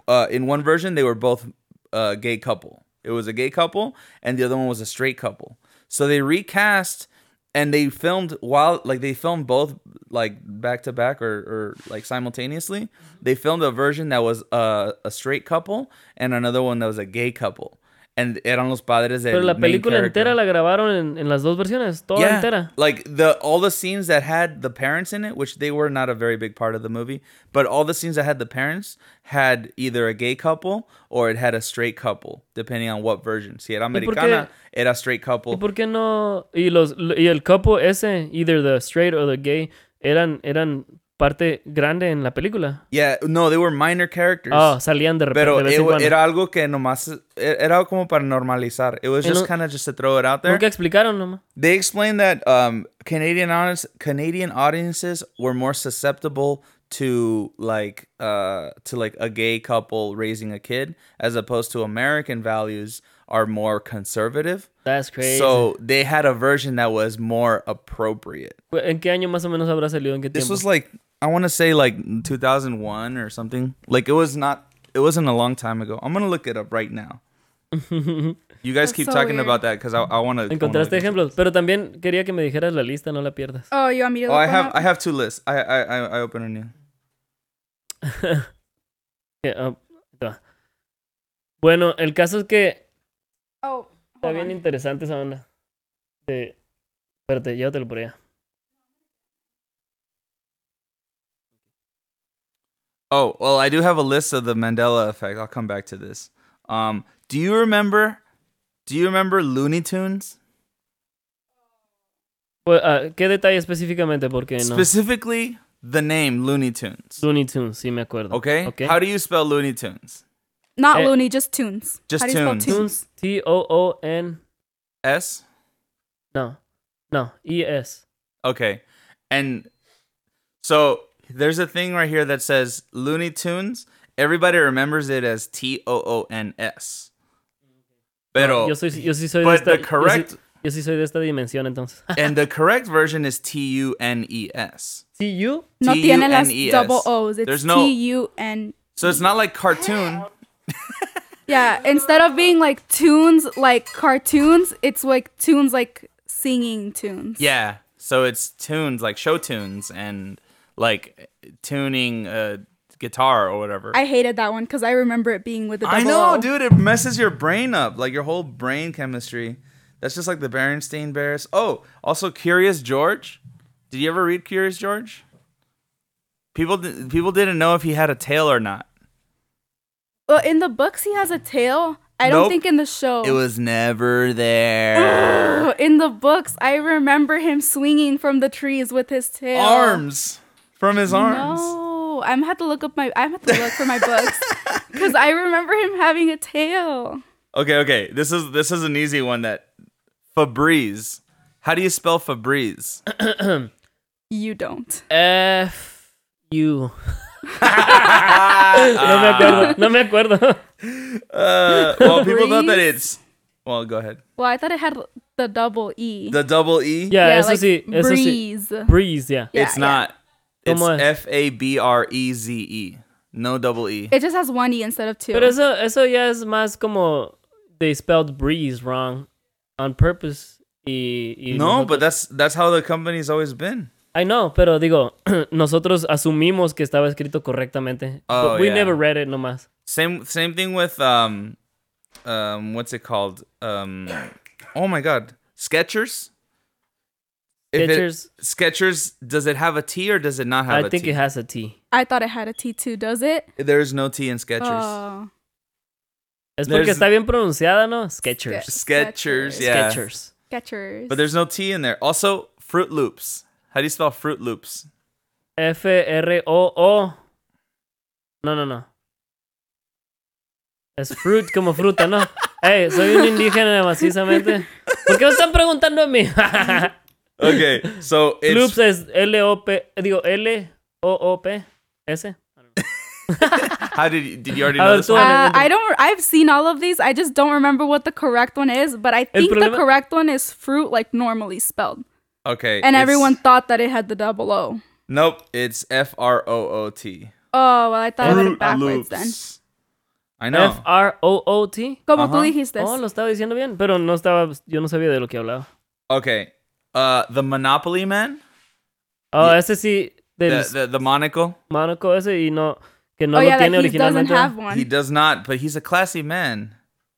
Speaker 1: uh, in one version they were both a gay couple. It was a gay couple, and the other one was a straight couple. So they recast. And they filmed while like they filmed both like back to back or, or like simultaneously.
Speaker 2: Mm-hmm.
Speaker 1: They filmed a version that was uh, a straight couple and another one that was a gay couple. and eran los padres del
Speaker 2: Pero la
Speaker 1: main
Speaker 2: película
Speaker 1: character.
Speaker 2: entera la grabaron en, en las dos versiones, toda
Speaker 1: yeah,
Speaker 2: Oh, entera.
Speaker 1: like the all the scenes that had the parents in it, which they were not a very big part of the movie, but all the scenes that had the parents had either a gay couple or it had a straight couple, depending on what version. Si era
Speaker 2: por qué-
Speaker 1: americana, era straight
Speaker 2: ¿Y
Speaker 1: couple.
Speaker 2: por qué no? Y, los, y el couple ese, either the straight or the gay, eran, eran parte grande en la película.
Speaker 1: Yeah, no, they were minor characters.
Speaker 2: Ah, salían de repente.
Speaker 1: Pero
Speaker 2: de vez en
Speaker 1: it wa-
Speaker 2: cuando.
Speaker 1: era algo que nomás e, era como para normalizar. It was
Speaker 2: Y
Speaker 1: just
Speaker 2: no-
Speaker 1: kind of just to throw it out there.
Speaker 2: Nunca explicaron nomás.
Speaker 1: They explained that um, Canadian audience, Canadian audiences were more susceptible to like uh, to like a gay couple raising a kid, as opposed to American values are more conservative.
Speaker 2: That's crazy.
Speaker 1: So they had a version that was more appropriate.
Speaker 2: ¿En qué año más o menos habrá salido? ¿En qué
Speaker 1: This
Speaker 2: tiempo?
Speaker 1: was like I want to say like 2001 or something. Like it was not. It wasn't a long time ago. I'm gonna look it up right now. you guys
Speaker 3: That's
Speaker 1: keep
Speaker 3: so
Speaker 1: talking
Speaker 3: weird.
Speaker 1: about that because I, I want to.
Speaker 2: Encontraste ejemplos, pero también quería que me dijeras la lista, no la pierdas.
Speaker 3: Oh, you want me to?
Speaker 1: Oh,
Speaker 3: look
Speaker 1: I
Speaker 3: one
Speaker 1: have
Speaker 3: up?
Speaker 1: I have two lists. I I I, I open a new.
Speaker 2: Que, ah, ta. bueno, el caso es que
Speaker 3: Oh,
Speaker 2: está
Speaker 3: hold
Speaker 2: bien
Speaker 3: on.
Speaker 2: interesante esa onda. De... Espérate, llévatelo por allá.
Speaker 1: Oh, well, I do have a list of the Mandela effect. I'll come back to this. Um, do you remember do you remember Looney Tunes?
Speaker 2: Pues, ah, ¿Qué detalle específicamente? Porque Eh, no.
Speaker 1: Specifically the name Looney Tunes.
Speaker 2: Looney Tunes, sí me acuerdo.
Speaker 1: Okay?
Speaker 2: Ok.
Speaker 1: How do you spell Looney Tunes?
Speaker 3: Not
Speaker 2: Eh.
Speaker 3: Looney, just Tunes.
Speaker 1: Just
Speaker 3: How do you spell
Speaker 1: Tunes.
Speaker 2: Tunes, T-O-O-N,
Speaker 1: S?
Speaker 2: no, no, E E-S.
Speaker 1: Okay. And so there's a thing right here that says Looney Tunes. Everybody remembers it as T O O N S. Pero
Speaker 2: Yo, soy, yo sí soy de
Speaker 1: but
Speaker 2: esta...
Speaker 1: the correct
Speaker 2: Yo sí, yo sí soy de esta dimensión, entonces. Ah,
Speaker 1: and the correct version is T U N E S.
Speaker 2: ¿T-U?
Speaker 3: No tiene las
Speaker 1: T-U-N-E-S.
Speaker 3: double O's. It's
Speaker 1: E There's no-
Speaker 3: T U N.
Speaker 1: So it's not like cartoon.
Speaker 3: Yeah, instead of being like tunes, like cartoons, it's like tunes, like singing tunes.
Speaker 1: Yeah. So it's tunes like show tunes and like tuning a guitar or whatever.
Speaker 3: I hated that one because I remember it being with the double
Speaker 1: I know,
Speaker 3: O.
Speaker 1: dude. It messes your brain up, like your whole brain chemistry. That's just like the Berenstain Bears. Oh, also Curious George. Did you ever read Curious George? People di- people didn't know if he had a tail or not.
Speaker 3: Well, in the books, he has a tail. I don't
Speaker 1: Nope.
Speaker 3: think in the show.
Speaker 1: It was never there.
Speaker 3: Oh, in the books, I remember him swinging from the trees with his tail.
Speaker 1: arms from his arms.
Speaker 3: No, I'm gonna have to look up my. I'm gonna have to look for my books because I remember him having a tail.
Speaker 1: Okay, okay. This is this is an easy one that Febreze. How do you spell Febreze?
Speaker 3: You don't.
Speaker 2: F-U. no
Speaker 1: Ah.
Speaker 2: me acuerdo, no me acuerdo.
Speaker 1: Uh, well, people thought that it's well. Go ahead.
Speaker 3: Well, I thought it had the double E.
Speaker 1: The double E.
Speaker 2: Ya, eso
Speaker 3: like
Speaker 2: sí, eso sí.
Speaker 3: breeze.
Speaker 2: Breeze, ya.
Speaker 3: Yeah,
Speaker 1: it's
Speaker 3: yeah.
Speaker 1: not. It's
Speaker 2: Como es?
Speaker 1: F A B R E Z E. No double E.
Speaker 3: It just has one E instead of two.
Speaker 2: Pero eso, eso ya es más como they spelled breeze wrong on purpose. Y, y
Speaker 1: No, but
Speaker 2: nosotros-
Speaker 1: that's that's how the company's always been.
Speaker 2: I know, pero digo, nosotros asumimos que estaba escrito correctamente.
Speaker 1: Oh,
Speaker 2: but we
Speaker 1: yeah.
Speaker 2: never read it nomás.
Speaker 1: Same same thing with um, um, what's it called? Um, oh my God, Skechers. If it-
Speaker 2: Skechers.
Speaker 1: Skechers. Does it have a T or does it not have a T?
Speaker 2: I think it has a T.
Speaker 3: I thought it had a T too. Does it?
Speaker 1: There's no T in Skechers.
Speaker 3: Oh.
Speaker 2: Es porque
Speaker 1: There's-
Speaker 2: está bien pronunciada, ¿no? Sketchers.
Speaker 1: Skechers,
Speaker 3: Skechers.
Speaker 1: yeah.
Speaker 2: Sketchers.
Speaker 3: Skechers.
Speaker 1: But there's no T in there. Also, Fruit Loops. How do you spell Fruit Loops?
Speaker 2: F-R-O-O. No, no, no. Es fruit como fruta, ¿no? Ey, soy un indígena macizamente. ¿Por qué me están preguntando a mí?
Speaker 1: Okay, so it's
Speaker 2: Loops es L-O-P, digo L-O-O-P, S.
Speaker 1: how did you, did you already
Speaker 2: A
Speaker 1: know
Speaker 2: ver,
Speaker 1: this
Speaker 2: tú-
Speaker 1: one?
Speaker 3: Uh, I don't. I've seen all of these. I just don't remember what the correct one is. But I think the
Speaker 2: problema-
Speaker 3: correct one is fruit, like normally spelled.
Speaker 1: Okay,
Speaker 3: And
Speaker 1: it's-
Speaker 3: everyone thought that it had the double O.
Speaker 1: Nope, it's F R O O T.
Speaker 3: Oh well, I thought I had it backwards then.
Speaker 1: I know.
Speaker 2: F-R-O-O-T.
Speaker 3: Como tú
Speaker 1: Ajá.
Speaker 3: dijiste.
Speaker 2: Oh, lo estaba diciendo bien, pero no estaba, yo no sabía de lo que hablaba.
Speaker 1: okay, uh, the Monopoly Man,
Speaker 2: Oh, ese sí, del
Speaker 1: the the, the monocle.
Speaker 2: Mónaco ese y no, que no
Speaker 3: oh
Speaker 2: lo
Speaker 3: yeah,
Speaker 2: tiene
Speaker 3: that he doesn't
Speaker 2: originalmente.
Speaker 3: have
Speaker 1: He
Speaker 3: one.
Speaker 1: does not, but he's a classy man.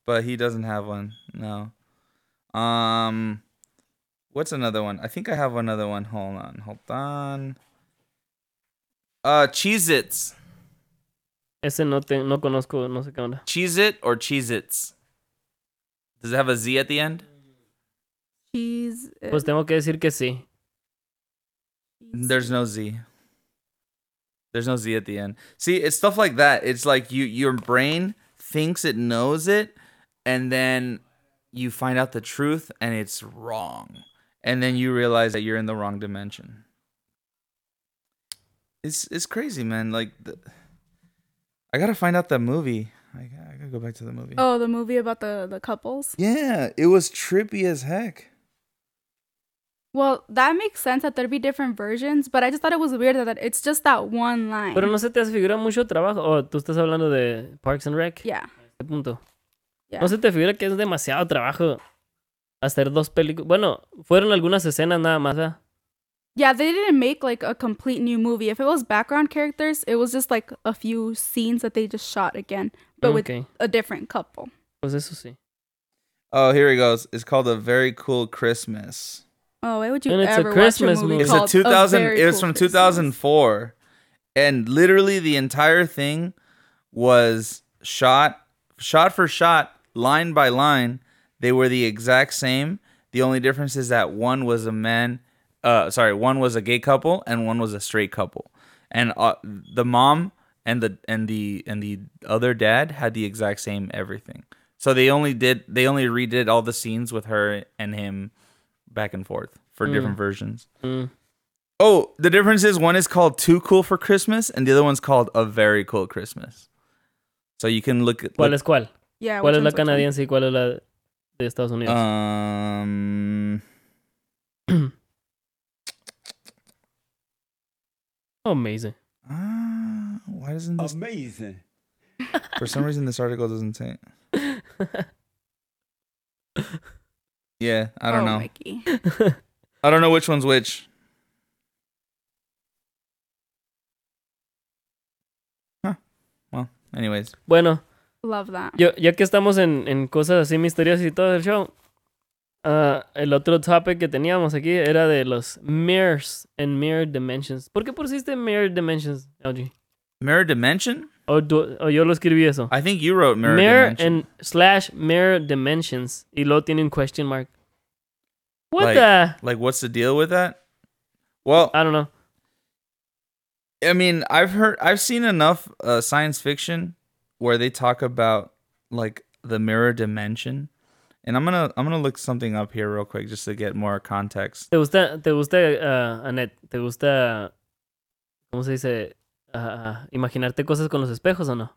Speaker 1: but he doesn't have one. No. Um, what's another one? I think I have another one. Hold on, hold on. Uh, Cheez Its.
Speaker 2: Ese no, te, no conozco, no sé qué onda.
Speaker 1: Cheez It or Cheez Its? Does it have a Z at the end?
Speaker 3: Cheese. uh,
Speaker 2: Pues tengo que decir que sí.
Speaker 1: There's no Z. There's no Z at the end. See, it's stuff like that. It's like you your brain thinks it knows it, and then you find out the truth and it's wrong. And then you realize that you're in the wrong dimension. It's it's crazy, man. Like the, I gotta find out the movie. I, gotta- I gotta go back to the movie.
Speaker 3: Oh, the movie about the the couples.
Speaker 1: Yeah, it was trippy as heck.
Speaker 3: Well, that makes sense that there'd be different versions, but I just thought it was weird that it's just that one line.
Speaker 2: Pero no se te figura mucho trabajo. Oh, tú estás hablando de Parks and Rec.
Speaker 3: Yeah.
Speaker 2: ¿Qué punto?
Speaker 3: Ya.
Speaker 2: No se te figura que es demasiado trabajo hacer dos películas. Bueno, fueron algunas escenas nada más, ¿verdad?
Speaker 3: Yeah, they didn't make like a complete new movie. If it was background characters, it was just like a few scenes that they just shot again, but with
Speaker 2: Ok,
Speaker 3: a different couple.
Speaker 2: pues eso sí.
Speaker 1: Oh, here he goes. It's called A Very Cool Christmas.
Speaker 3: Oh, why would you
Speaker 2: And it's a
Speaker 3: ever
Speaker 2: Christmas
Speaker 3: watch a
Speaker 2: movie.
Speaker 3: movie?
Speaker 1: It's a
Speaker 3: called
Speaker 1: 2000.
Speaker 3: Very
Speaker 1: it was
Speaker 3: Cool
Speaker 1: from
Speaker 3: Christmas?
Speaker 1: 2004, and literally the entire thing was shot, shot for shot, line by line. They were the exact same. The only difference is that one was a man, uh, sorry, one was a gay couple and one was a straight couple, and uh, the mom and the and the and the other dad had the exact same everything. So they only did they only redid all the scenes with her and him back and forth
Speaker 3: Hmm.
Speaker 1: for different versions.
Speaker 2: Mm.
Speaker 1: Oh, the difference is one is called Too Cool for Christmas and the other one's called A Very Cool Christmas. So you can look at
Speaker 2: ¿Cuál es cuál?
Speaker 3: Yeah.
Speaker 2: ¿Cuál
Speaker 3: which
Speaker 2: es la
Speaker 3: one's which one?
Speaker 2: canadiense y cuál es la de Estados Unidos?
Speaker 1: Ah. um
Speaker 2: Oh, Amazing.
Speaker 1: ah, why doesn't this
Speaker 4: Amazing.
Speaker 2: Oh.
Speaker 1: for some reason this article doesn't say it. Yeah, I don't
Speaker 3: oh,
Speaker 1: know.
Speaker 3: Mikey.
Speaker 1: I don't know which one's which. Huh. Well, anyways.
Speaker 2: bueno,
Speaker 3: Love that.
Speaker 2: yo, ya que estamos en, en cosas así misteriosas y todo el show, ah, el otro topic que teníamos aquí era de los mirrors and mirror dimensions. ¿Por qué pusiste mirror dimensions, LG?
Speaker 1: Mirror Dimension?
Speaker 2: ¿O, tú- o yo lo escribí eso?
Speaker 1: I think you wrote Mirror,
Speaker 2: mirror
Speaker 1: Dimension.
Speaker 2: and slash mirror dimensions. Y luego tiene un question mark. What
Speaker 1: Like-
Speaker 2: the?
Speaker 1: like what's the deal with that? Well,
Speaker 2: I don't know.
Speaker 1: I mean, I've heard, I've seen enough uh, science fiction where they talk about like the mirror dimension, and I'm gonna I'm gonna look something up here real quick just to get more context.
Speaker 2: ¿Te gusta, te gusta, ah, Annette, te gusta, ¿cómo se dice? Ah, imaginarte cosas con los espejos o no?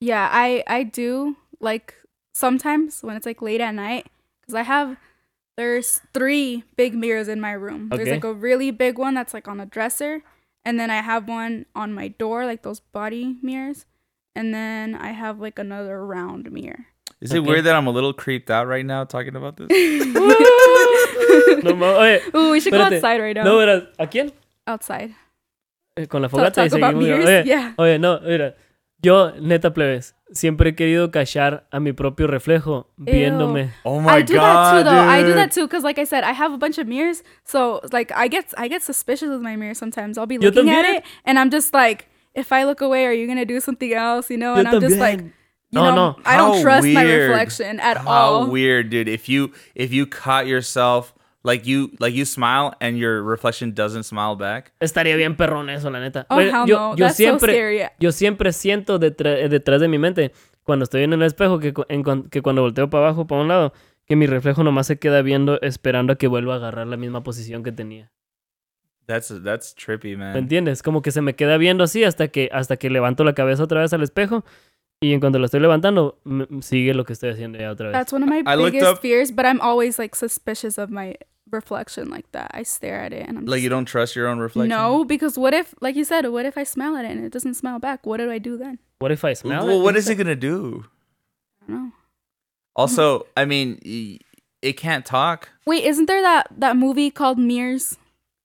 Speaker 3: Yeah, I I do like sometimes when it's like late at night because I have there's three big mirrors in my room. There's
Speaker 2: Okay.
Speaker 3: like a really big one that's like on a dresser, and then I have one on my door, like those body mirrors, and then I have like another round mirror.
Speaker 1: Is it
Speaker 2: Okay.
Speaker 1: weird that I'm a little creeped out right now talking about this?
Speaker 2: No, ma- oye,
Speaker 3: Ooh, we should go
Speaker 2: Espérate.
Speaker 3: outside right now.
Speaker 2: no, eh. verás, ¿a quién?
Speaker 3: outside.
Speaker 2: Eh, Con la fogata y
Speaker 3: talk about
Speaker 2: seguimos.
Speaker 3: mirrors,
Speaker 2: Oye,
Speaker 3: yeah.
Speaker 2: oye, no, mira, yo, neta plebes, siempre he querido cachar a mi propio reflejo viéndome.
Speaker 1: Oh
Speaker 3: I do that too, though. I do that too because, like I said, I have a bunch of mirrors. So, like, I get I get suspicious with my mirror sometimes. I'll be
Speaker 2: Yo
Speaker 3: looking at
Speaker 2: también.
Speaker 3: it, and I'm just like, if I look away, are you gonna do something else? You know?
Speaker 2: Yo
Speaker 3: And I'm just like,
Speaker 2: también.
Speaker 3: you
Speaker 2: No,
Speaker 3: know,
Speaker 2: no.
Speaker 3: I don't
Speaker 1: How
Speaker 3: trust my
Speaker 1: weird.
Speaker 3: reflection at
Speaker 1: How
Speaker 3: all.
Speaker 1: weird, dude! If you if you caught yourself like you like you smile and your reflection doesn't smile back.
Speaker 2: Estaría bien perrón eso, la neta.
Speaker 3: Oh,
Speaker 2: Oye,
Speaker 3: hell
Speaker 2: yo,
Speaker 3: no.
Speaker 2: yo
Speaker 3: That's so
Speaker 2: siempre,
Speaker 3: scary.
Speaker 2: yo siempre siento detra- eh, detrás de mi mente, cuando estoy en el espejo, que, cu- en cuan- que cuando volteo para abajo, para un lado, que mi reflejo nomás se queda viendo esperando a que vuelva a agarrar la misma posición que tenía.
Speaker 1: That's that's trippy,
Speaker 2: ¿Me
Speaker 1: man.
Speaker 2: entiendes? Como que se me queda viendo así hasta que, hasta que levanto la cabeza otra vez al espejo y en cuanto la estoy levantando, m- sigue lo que estoy haciendo ya otra vez.
Speaker 3: That's one of my
Speaker 1: I looked
Speaker 3: biggest
Speaker 1: up-
Speaker 3: fears. But I'm always like suspicious of my reflection like that. I stare at it, and I'm
Speaker 1: Like you
Speaker 3: just,
Speaker 1: don't trust your own reflection.
Speaker 3: no, because what if, like you said, what if I smile at it and it doesn't smile back? What do I do then?
Speaker 2: What if I smell
Speaker 1: Well,
Speaker 2: it?
Speaker 1: what is it gonna do?
Speaker 3: I don't know.
Speaker 1: Also, I mean, y- it can't talk.
Speaker 3: Wait, isn't there that that movie called Mirrors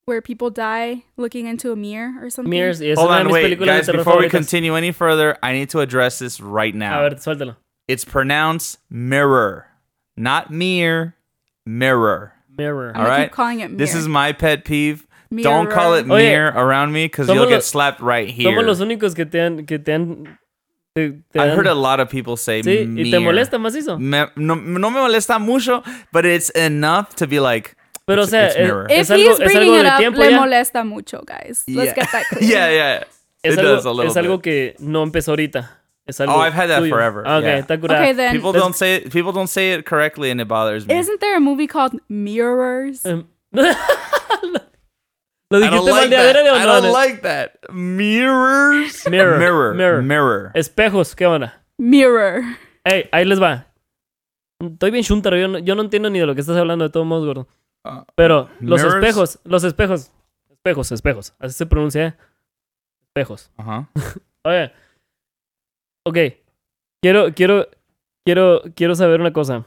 Speaker 3: where people die looking into a mirror or something?
Speaker 2: Mirrors y es
Speaker 1: Hold
Speaker 2: una de
Speaker 1: on,
Speaker 2: mis
Speaker 1: wait,
Speaker 2: películas de
Speaker 1: guys.
Speaker 2: terror
Speaker 1: Before we
Speaker 2: favoritas.
Speaker 1: continue any further, I need to address this right
Speaker 2: A
Speaker 1: now.
Speaker 2: ver, suéltalo.
Speaker 1: It's pronounced mirror, not mirror, mirror.
Speaker 2: Mirror.
Speaker 3: I'm gonna
Speaker 1: Alright.
Speaker 3: keep calling it mirror.
Speaker 1: This is my pet peeve. Don't call it
Speaker 2: Mirror. Oye,
Speaker 1: mirror around me because
Speaker 2: somos
Speaker 1: you'll get
Speaker 2: los-
Speaker 1: slapped right here.
Speaker 2: Somos los únicos que te han. Que te han te, te
Speaker 1: I
Speaker 2: han-
Speaker 1: heard a lot of people say
Speaker 2: Sí, y te
Speaker 1: mirror.
Speaker 2: molesta macizo.
Speaker 1: Me- no, no me molesta mucho, but it's enough to be like.
Speaker 2: Pero, o
Speaker 1: it's-
Speaker 2: sea,
Speaker 1: it's
Speaker 2: eh,
Speaker 1: mirror.
Speaker 2: eh,
Speaker 3: If
Speaker 2: Es algo-
Speaker 3: he's
Speaker 2: es
Speaker 3: bringing
Speaker 2: algo
Speaker 3: it
Speaker 2: de
Speaker 3: up,
Speaker 2: tiempo
Speaker 3: le
Speaker 2: ya.
Speaker 3: molesta mucho, guys. Let's
Speaker 1: yeah.
Speaker 3: get that clear.
Speaker 1: yeah, yeah.
Speaker 2: Es
Speaker 1: it
Speaker 2: algo,
Speaker 1: does a little
Speaker 2: es algo
Speaker 1: bit. Oh,
Speaker 2: que no empezó ahorita. Es algo
Speaker 1: I've had that
Speaker 2: tuyo.
Speaker 1: forever,
Speaker 2: Ah, ok,
Speaker 1: yeah.
Speaker 2: está curada.
Speaker 3: Okay, then.
Speaker 1: People
Speaker 2: Let's-
Speaker 1: don't say it. People don't say it correctly, and it bothers me.
Speaker 3: Isn't there a movie called Mirrors?
Speaker 1: Uh.
Speaker 2: Em, Lo
Speaker 1: I don't
Speaker 2: dijiste mal
Speaker 1: like
Speaker 2: de
Speaker 1: that.
Speaker 2: adrede o
Speaker 1: I
Speaker 2: no?
Speaker 1: don't like that. Mirrors.
Speaker 2: Mirror.
Speaker 1: Mirror.
Speaker 2: Mirror.
Speaker 1: Mirror.
Speaker 2: Espejos, ¿qué onda?
Speaker 3: Mirror.
Speaker 2: Ey, ahí les va. Estoy bien chuntaro, yo no, yo no entiendo ni de lo que estás hablando de todos modos, gordo.
Speaker 1: Ah.
Speaker 2: Pero los
Speaker 1: Mirrors.
Speaker 2: espejos, los espejos, espejos, espejos, así se pronuncia. ¿eh? Espejos.
Speaker 1: Uh huh.
Speaker 2: Oye. Ok. Quiero, quiero, quiero, quiero saber una cosa.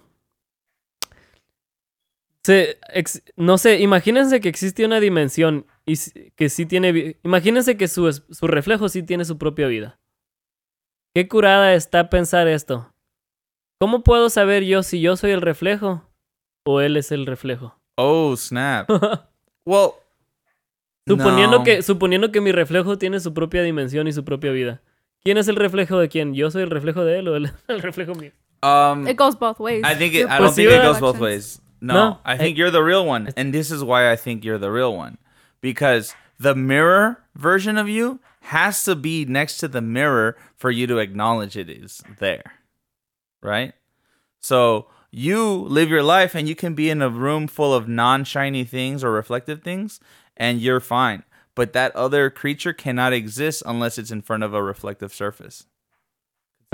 Speaker 2: Se, ex- no sé, imagínense que existe una dimensión y s- que sí tiene... vi- Imagínense que su, es- su reflejo sí tiene su propia vida. Qué curada está pensar esto. ¿Cómo puedo saber yo si yo soy el reflejo o él es el reflejo?
Speaker 1: Oh snap. Well.
Speaker 2: Suponiendo,
Speaker 1: no.
Speaker 2: que, suponiendo que mi reflejo tiene su propia dimensión y su propia vida. ¿Quién es el reflejo de quién? ¿Yo soy el reflejo de él o él es el reflejo mío?
Speaker 1: Um.
Speaker 3: It goes both ways.
Speaker 1: I think it,
Speaker 3: Your
Speaker 1: I don't think it
Speaker 2: posible
Speaker 1: goes both ways.
Speaker 3: elections.
Speaker 1: No,
Speaker 2: No,
Speaker 1: I think you're the real one, and this is why I think you're the real one because the mirror version of you has to be next to the mirror for you to acknowledge it is there, right? So you live your life, and you can be in a room full of non-shiny things or reflective things, and you're fine. But that other creature cannot exist unless it's in front of a reflective surface.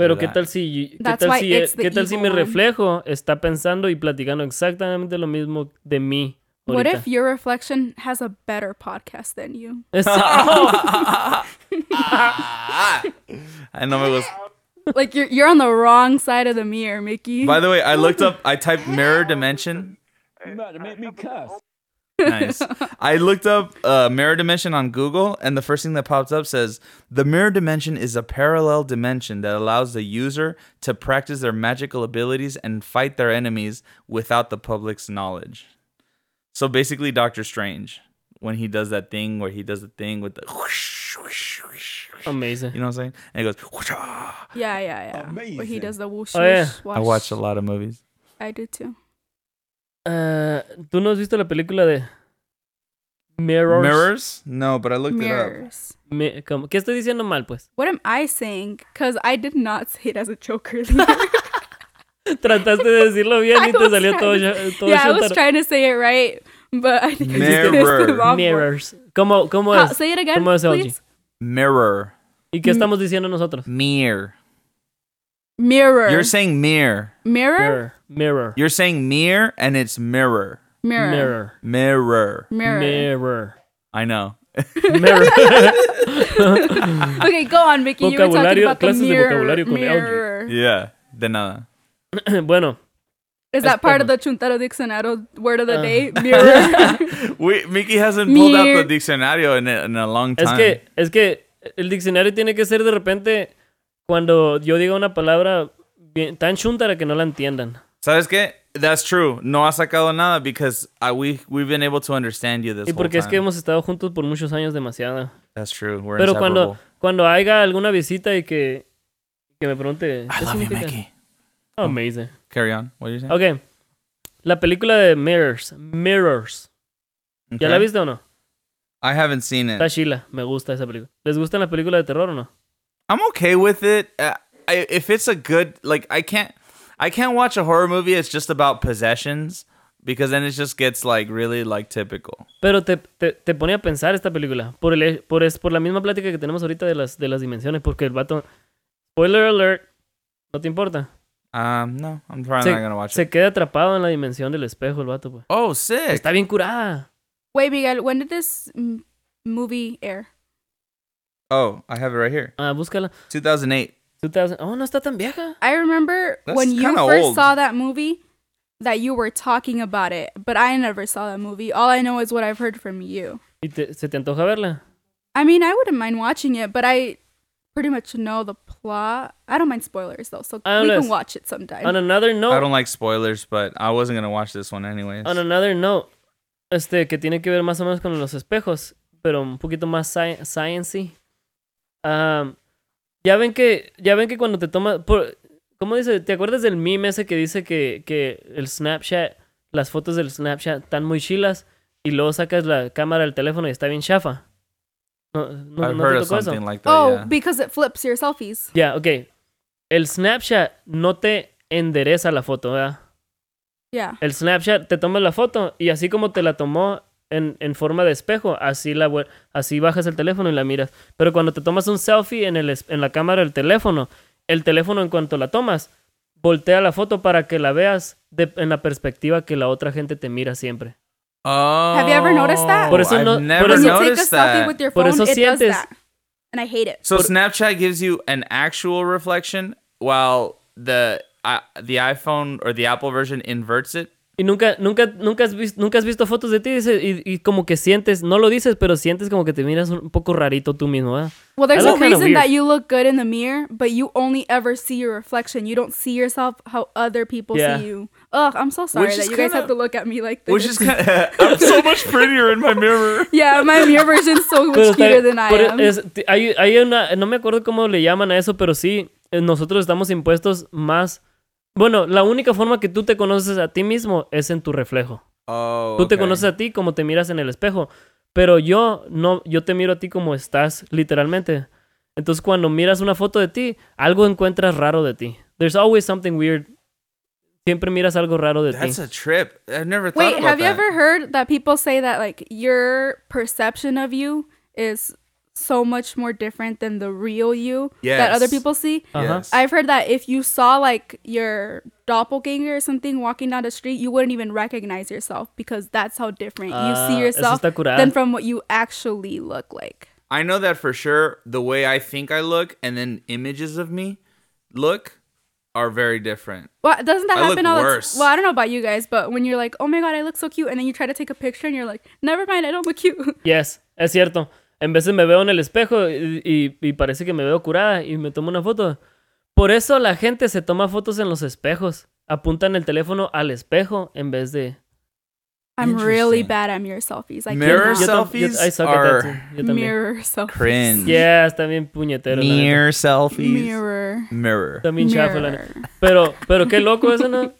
Speaker 2: Pero ¿qué
Speaker 1: that.
Speaker 2: tal si, qué
Speaker 3: That's
Speaker 2: tal
Speaker 3: why
Speaker 2: si, e,
Speaker 3: it's the
Speaker 2: qué tal si mi
Speaker 3: evil one.
Speaker 2: reflejo está pensando y platicando exactamente lo mismo de mí?
Speaker 3: What
Speaker 2: ahorita?
Speaker 3: if your reflection has a better podcast than you?
Speaker 2: Es-
Speaker 1: I know it was.
Speaker 3: like you're you're on the wrong side of the mirror, Mickey.
Speaker 1: By the way, I looked up. I typed mirror dimension. You about to make me cuss. Nice. I looked up uh, mirror dimension on Google, and the first thing that pops up says the mirror dimension is a parallel dimension that allows the user to practice their magical abilities and fight their enemies without the public's knowledge. So basically, Doctor Strange, when he does that thing where he does the thing with the, whoosh, whoosh, whoosh,
Speaker 2: Amazing.
Speaker 1: you know what I'm saying, and he goes. whoosh, ah.
Speaker 3: yeah, yeah, yeah. Where he does the whoosh,
Speaker 2: Oh, yeah.
Speaker 3: whoosh, whoosh.
Speaker 1: I watched a lot of movies.
Speaker 3: I do too.
Speaker 2: Eh, ¿Tú no has visto la película de Mirrors?
Speaker 1: Mirrors? No, but I looked it up.
Speaker 3: Mirrors.
Speaker 2: Me- ¿cómo? ¿Qué estoy diciendo mal, pues?
Speaker 3: What am I saying? Because I did not say it as a joke earlier.
Speaker 2: Trataste de decirlo bien
Speaker 3: I
Speaker 2: y te
Speaker 3: was
Speaker 2: salió todo,
Speaker 3: trying-
Speaker 2: sh- todo
Speaker 3: yeah, I was
Speaker 2: shontaro.
Speaker 3: trying to say it right, but I think I just did
Speaker 1: Mirror.
Speaker 3: it the wrong way.
Speaker 2: Mirrors. ¿Cómo, cómo
Speaker 3: How-
Speaker 2: es?
Speaker 3: say it again,
Speaker 2: ¿Cómo es, Oji?
Speaker 3: please.
Speaker 1: Mirror.
Speaker 2: ¿Y qué estamos diciendo nosotros?
Speaker 1: Mirror.
Speaker 3: Mirror.
Speaker 1: You're saying mirror.
Speaker 3: mirror.
Speaker 2: Mirror. Mirror.
Speaker 1: You're saying mirror and it's mirror.
Speaker 3: Mirror. Mirror.
Speaker 2: Mirror.
Speaker 1: Mirror.
Speaker 3: Mirror.
Speaker 2: Mirror.
Speaker 1: I know.
Speaker 2: Mirror.
Speaker 3: Okay, go on, Mickey. You were talking
Speaker 2: Vocabulario-
Speaker 3: about the
Speaker 2: clases de
Speaker 3: mirror.
Speaker 2: vocabulario con Elgi.
Speaker 3: mirror.
Speaker 1: Yeah. De nada.
Speaker 2: bueno,
Speaker 3: Is that part of the Chuntaro Diccionario word of the
Speaker 2: Uh.
Speaker 3: day? Mirror.
Speaker 1: We, Mickey hasn't pulled out
Speaker 3: Mirror.
Speaker 1: the diccionario in a, in a long
Speaker 2: es
Speaker 1: time.
Speaker 2: que, es que el diccionario tiene que ser de repente cuando yo diga una palabra bien- tan chuntara que no la entiendan.
Speaker 1: ¿Sabes qué? That's true. No has sacado nada because I, we, we've been able to understand you this
Speaker 2: Y
Speaker 1: whole
Speaker 2: porque es que
Speaker 1: time.
Speaker 2: hemos estado juntos por muchos años demasiado.
Speaker 1: That's true. We're
Speaker 2: Pero
Speaker 1: inseparable.
Speaker 2: cuando, cuando haya alguna visita y que, que me pregunte...
Speaker 1: I
Speaker 2: "¿Qué
Speaker 1: love you,
Speaker 2: significa?"
Speaker 1: Mickey.
Speaker 2: Amazing.
Speaker 1: Carry on. What are you saying?
Speaker 2: Ok. La película de Mirrors. Mirrors. ¿Ya
Speaker 1: Okay.
Speaker 2: la viste o no?
Speaker 1: I haven't seen it.
Speaker 2: Está chila. Me gusta esa película. ¿Les gustan las películas de terror o no?
Speaker 1: I'm okay with it. Uh, I, if it's a good like, I can't, I can't watch a horror movie. It's just about possessions because then it just gets like really like typical.
Speaker 2: Pero te, te, te pone a pensar esta película. Por, el, e- por, es, por la misma plática que tenemos ahorita de las, de las dimensiones. Porque el vato. Spoiler alert. No te importa.
Speaker 1: Um, no, I'm probably
Speaker 2: Se,
Speaker 1: not gonna watch
Speaker 2: se
Speaker 1: it.
Speaker 2: queda atrapado en la dimensión del espejo el vato, pues.
Speaker 1: Oh, sick!
Speaker 2: Está bien curada.
Speaker 3: Wait, Miguel, when did this mm, movie air?
Speaker 1: Oh, I have it right here.
Speaker 2: Ah, búscala.
Speaker 1: 2008.
Speaker 2: Tú te das- Oh, no está tan vieja.
Speaker 3: I remember
Speaker 1: That's
Speaker 3: when you
Speaker 1: kinda
Speaker 3: first
Speaker 1: old.
Speaker 3: saw that movie that you were talking about it, but I never saw that movie. All I know is what I've heard from you.
Speaker 2: ¿Y te- se te antoja verla?
Speaker 3: I mean, I wouldn't mind watching it, but I pretty much know the plot. I don't mind spoilers though, so
Speaker 2: I don't
Speaker 3: we
Speaker 2: know.
Speaker 3: can watch it sometime.
Speaker 2: On another note,
Speaker 1: I don't like spoilers, but I wasn't gonna watch this one anyways.
Speaker 3: Oh,
Speaker 2: On another note, este, que tiene que ver más o menos con los espejos, pero un poquito más sci- sciency. Am, ya ven que, ya ven que cuando te tomas, por- ¿cómo dice? ¿Te acuerdas del meme ese que dice que, que el Snapchat, las fotos del Snapchat están muy chilas y luego sacas la cámara del teléfono y está bien chafa? No, no,
Speaker 1: I've
Speaker 2: ¿no
Speaker 1: heard
Speaker 2: te
Speaker 1: of
Speaker 2: tocó eso.
Speaker 1: something like that.
Speaker 3: oh,
Speaker 1: yeah.
Speaker 3: because it flips your selfies.
Speaker 2: Ya, ok. El Snapchat no te endereza la foto, ¿verdad?
Speaker 3: Yeah.
Speaker 2: El Snapchat te toma la foto y así como te la tomó en, en forma de espejo, así, la, vuel- así bajas el teléfono y la miras. Pero cuando te tomas un selfie en, el, es- en la cámara del teléfono, el teléfono en cuanto la tomas, voltea la foto para que la veas de- en la perspectiva que la otra gente te mira siempre.
Speaker 1: Oh,
Speaker 3: Have you ever noticed that?
Speaker 2: Por eso
Speaker 1: I've
Speaker 2: no- por
Speaker 1: never
Speaker 2: eso-
Speaker 3: When you take a
Speaker 1: noticed
Speaker 3: selfie
Speaker 1: that.
Speaker 3: with your
Speaker 2: Por
Speaker 3: phone,
Speaker 2: eso
Speaker 3: it does
Speaker 2: sientes-
Speaker 3: that, and I hate it.
Speaker 1: so Snapchat gives you an actual reflection, while the I the iPhone or the Apple version inverts it.
Speaker 2: Y nunca, nunca, nunca, has, visto, nunca has visto fotos de ti dice, y, y como que sientes, no lo dices, pero sientes como que te miras un poco rarito tú mismo. ¿verdad?
Speaker 3: Well, there's
Speaker 2: I
Speaker 3: a
Speaker 2: look kinda
Speaker 3: reason
Speaker 2: weird.
Speaker 3: that you look good in the mirror, but you only ever see your reflection. You don't see yourself how other people
Speaker 2: Yeah.
Speaker 3: see you. Ugh, I'm so sorry
Speaker 1: Which
Speaker 3: that
Speaker 1: is
Speaker 3: you guys
Speaker 1: kinda-
Speaker 3: have to look at me like this.
Speaker 1: Which is kind of, I'm so much prettier in my mirror.
Speaker 3: yeah, my mirror version's so
Speaker 2: Pero está-
Speaker 3: much cuter than I
Speaker 2: pero
Speaker 3: am.
Speaker 2: es- t- hay, hay una, no me acuerdo cómo le llaman a eso, pero sí, eh, nosotros estamos impuestos más. Bueno, la única forma que tú te conoces a ti mismo es en tu reflejo.
Speaker 1: Oh,
Speaker 2: Tú te conoces a ti como te miras en el espejo, pero yo no, yo te miro a ti como estás, literalmente. Entonces, cuando miras una foto de ti, algo encuentras raro de ti. There's always something weird. Siempre miras algo raro de
Speaker 1: That's
Speaker 2: ti.
Speaker 1: a trip. I've never thought
Speaker 3: Wait,
Speaker 1: about
Speaker 3: have you
Speaker 1: that.
Speaker 3: ever heard that people say that like your perception of you is so much more different than the real you that other
Speaker 1: Yes.
Speaker 3: people see?
Speaker 2: Ajá.
Speaker 1: Yes.
Speaker 3: I've heard that if you saw like your doppelganger or something walking down the street, you wouldn't even recognize yourself because that's how different
Speaker 2: Ah,
Speaker 3: you see
Speaker 2: eso
Speaker 3: yourself
Speaker 2: está curada.
Speaker 3: than from what you actually look like.
Speaker 1: I know that for sure. The way I think I look and then images of me look are very different.
Speaker 3: Well, doesn't that
Speaker 1: I look
Speaker 3: happen all the
Speaker 1: worse.
Speaker 3: time? Well, I don't know about you guys, but when you're like, "Oh my god, I look so cute," and then you try to take a picture and you're like, "Never mind, I don't look cute."
Speaker 2: Yes, es cierto. En veces me veo en el espejo y, y- y parece que me veo curada y me tomo una foto. Por eso la gente se toma fotos en los espejos. Apuntan el teléfono al espejo en vez de...
Speaker 3: I'm really
Speaker 1: Interesting.
Speaker 3: bad at mirror selfies. I
Speaker 1: Mirror
Speaker 3: cannot.
Speaker 2: Yo tam- yo-
Speaker 1: selfies
Speaker 2: I suck at that
Speaker 1: are
Speaker 2: too. Yo también.
Speaker 3: mirror selfies.
Speaker 1: Cringe.
Speaker 2: Yeah, está bien puñetero. la neta.
Speaker 1: selfies.
Speaker 3: Mirror.
Speaker 1: Mirror.
Speaker 2: Está bien chafa, la neta.
Speaker 3: Mirror.
Speaker 2: Pero, pero qué loco eso, ¿no?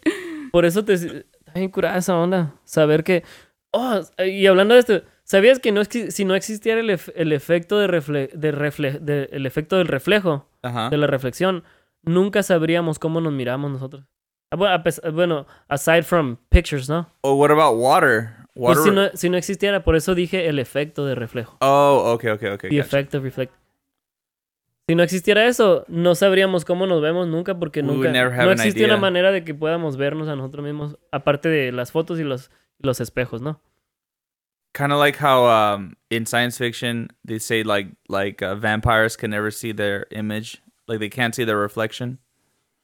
Speaker 2: Por eso te... Está bien curada esa onda. Saber que... Oh, y hablando de esto, ¿sabías que no, exi- si no existiera el, ef- el efecto de refle- de refle- de- el efecto del reflejo,
Speaker 1: Uh huh.
Speaker 2: de la reflexión, nunca sabríamos cómo nos miramos nosotros. Ah, Bueno, a pes- bueno, aside from pictures, ¿no?
Speaker 1: Oh, what about water?
Speaker 2: Pues
Speaker 1: Water.
Speaker 2: si no, si no existiera, por eso dije el efecto de reflejo.
Speaker 1: Oh, okay, okay, okay.
Speaker 2: The
Speaker 1: gotcha.
Speaker 2: effect of reflect. Si no existiera eso, no sabríamos cómo nos vemos nunca porque
Speaker 1: We would
Speaker 2: nunca
Speaker 1: never have
Speaker 2: no
Speaker 1: an
Speaker 2: existe
Speaker 1: idea.
Speaker 2: una manera de que podamos vernos a nosotros mismos aparte de las fotos y los los espejos, ¿no?
Speaker 1: Kind of like how um, in science fiction they say like like uh, vampires can never see their image, like they can't see their reflection.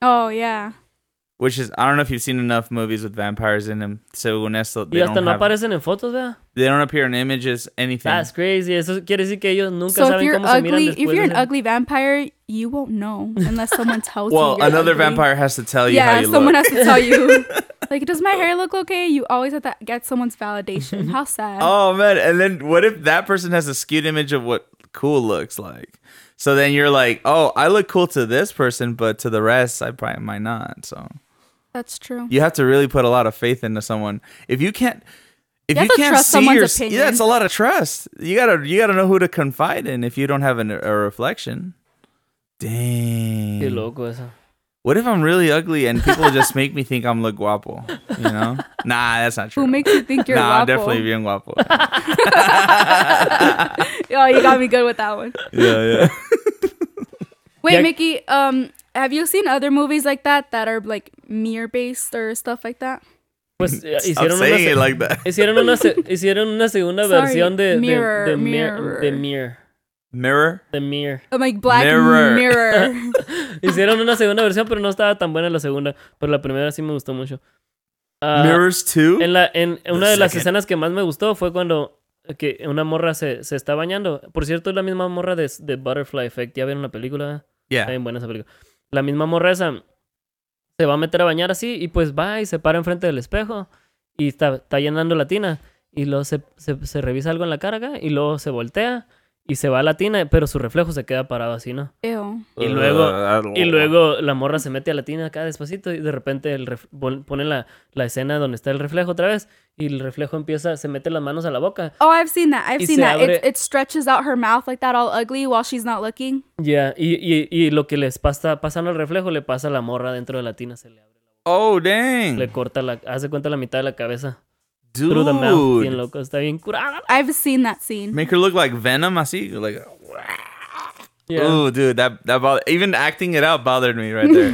Speaker 3: Oh yeah.
Speaker 1: Which is I don't know if you've seen enough movies with vampires in them. So when that's the- they
Speaker 2: y hasta
Speaker 1: don't
Speaker 2: no
Speaker 1: have-
Speaker 2: aparecen en fotos, ¿verdad?
Speaker 1: they don't appear in images anything.
Speaker 2: That's crazy. Eso quiere decir que ellos nunca
Speaker 3: So if
Speaker 2: saben
Speaker 3: you're
Speaker 2: cómo se miran
Speaker 3: ugly,
Speaker 2: después.
Speaker 3: if you're
Speaker 2: de
Speaker 3: an
Speaker 2: ser-
Speaker 3: ugly vampire, you won't know unless someone tells
Speaker 1: well,
Speaker 3: you. you're
Speaker 1: another
Speaker 3: ugly.
Speaker 1: vampire has to tell you how
Speaker 3: Yeah,
Speaker 1: you
Speaker 3: someone
Speaker 1: look.
Speaker 3: has to tell you. like, does my hair look okay? You always have to get someone's validation. How sad.
Speaker 1: oh man! And then what if that person has a skewed image of what cool looks like? So then you're like, oh, I look cool to this person, but to the rest, I probably might not. So
Speaker 3: That's true.
Speaker 1: you have to really put a lot of faith into someone. If you can't, if
Speaker 3: You
Speaker 1: you,
Speaker 3: have to
Speaker 1: can't
Speaker 3: trust
Speaker 1: see
Speaker 3: someone's
Speaker 1: your,
Speaker 3: opinion.
Speaker 1: yeah, it's a lot of trust. You gotta, you gotta know who to confide in if you don't have an, a reflection. Dang.
Speaker 2: Qué loco eso.
Speaker 1: What if I'm really ugly and people just make me think I'm look guapo? You know? Nah, that's not true.
Speaker 3: Who makes you think you're
Speaker 1: nah,
Speaker 3: guapo?
Speaker 1: I'm definitely being guapo.
Speaker 3: Oh, you got me good with that one.
Speaker 1: yeah, yeah.
Speaker 3: Wait,
Speaker 2: Yeah.
Speaker 3: Mickey. Um, have you seen other movies like that that are like mirror based or stuff like that?
Speaker 2: Pues
Speaker 1: I'm
Speaker 2: eh, hicieron una
Speaker 1: saying
Speaker 2: se-
Speaker 1: it like that.
Speaker 2: Hicieron una, se- hicieron una segunda
Speaker 3: Sorry,
Speaker 2: versión de, de-
Speaker 3: mirror,
Speaker 2: de, Mir-
Speaker 3: mirror.
Speaker 2: de Mir.
Speaker 1: Mirror.
Speaker 2: De Mir.
Speaker 3: I'm like Black
Speaker 1: Mirror.
Speaker 3: Mirror.
Speaker 2: Hicieron una segunda versión, pero no estaba tan buena la segunda. Pero la primera sí me gustó mucho. Ah,
Speaker 1: Mirrors two.
Speaker 2: en la, en, en una de las
Speaker 1: second.
Speaker 2: escenas que más me gustó fue cuando que una morra se, se está bañando. Por cierto, es la misma morra de, de Butterfly Effect. Ya vieron la película. Está
Speaker 1: Yeah.
Speaker 2: bien buena esa película. La misma morra esa se va a meter a bañar así y pues va y se para enfrente del espejo y está, está llenando la tina y luego se, se- se revisa algo en la cara acá y luego se voltea y se va a la tina, pero su reflejo se queda parado así, ¿no?
Speaker 3: Ew.
Speaker 2: Y luego...
Speaker 1: Uh,
Speaker 2: Y luego la morra se mete a la tina acá despacito y de repente el ref- pon- pone la, la escena donde está el reflejo otra vez y el reflejo empieza, se mete las manos a la boca.
Speaker 3: Oh, I've seen that. I've
Speaker 2: Y
Speaker 3: seen
Speaker 2: se
Speaker 3: that. It,
Speaker 2: abre-
Speaker 3: it stretches out her mouth like that, all ugly, while she's not looking.
Speaker 2: Ya, y, y- y lo que les pasa, pasando al reflejo, le pasa a la morra dentro de la tina, se le abre,
Speaker 1: Oh, dang.
Speaker 2: le corta la, hace cuenta la mitad de la cabeza. Through the mouth, bien
Speaker 1: Dude.
Speaker 2: loco, está bien curada.
Speaker 3: I've seen that scene.
Speaker 1: Make her look like Venom, I see. Like,
Speaker 2: Ya.
Speaker 1: ooh, dude, that, that bothered. Even acting it out bothered me right there.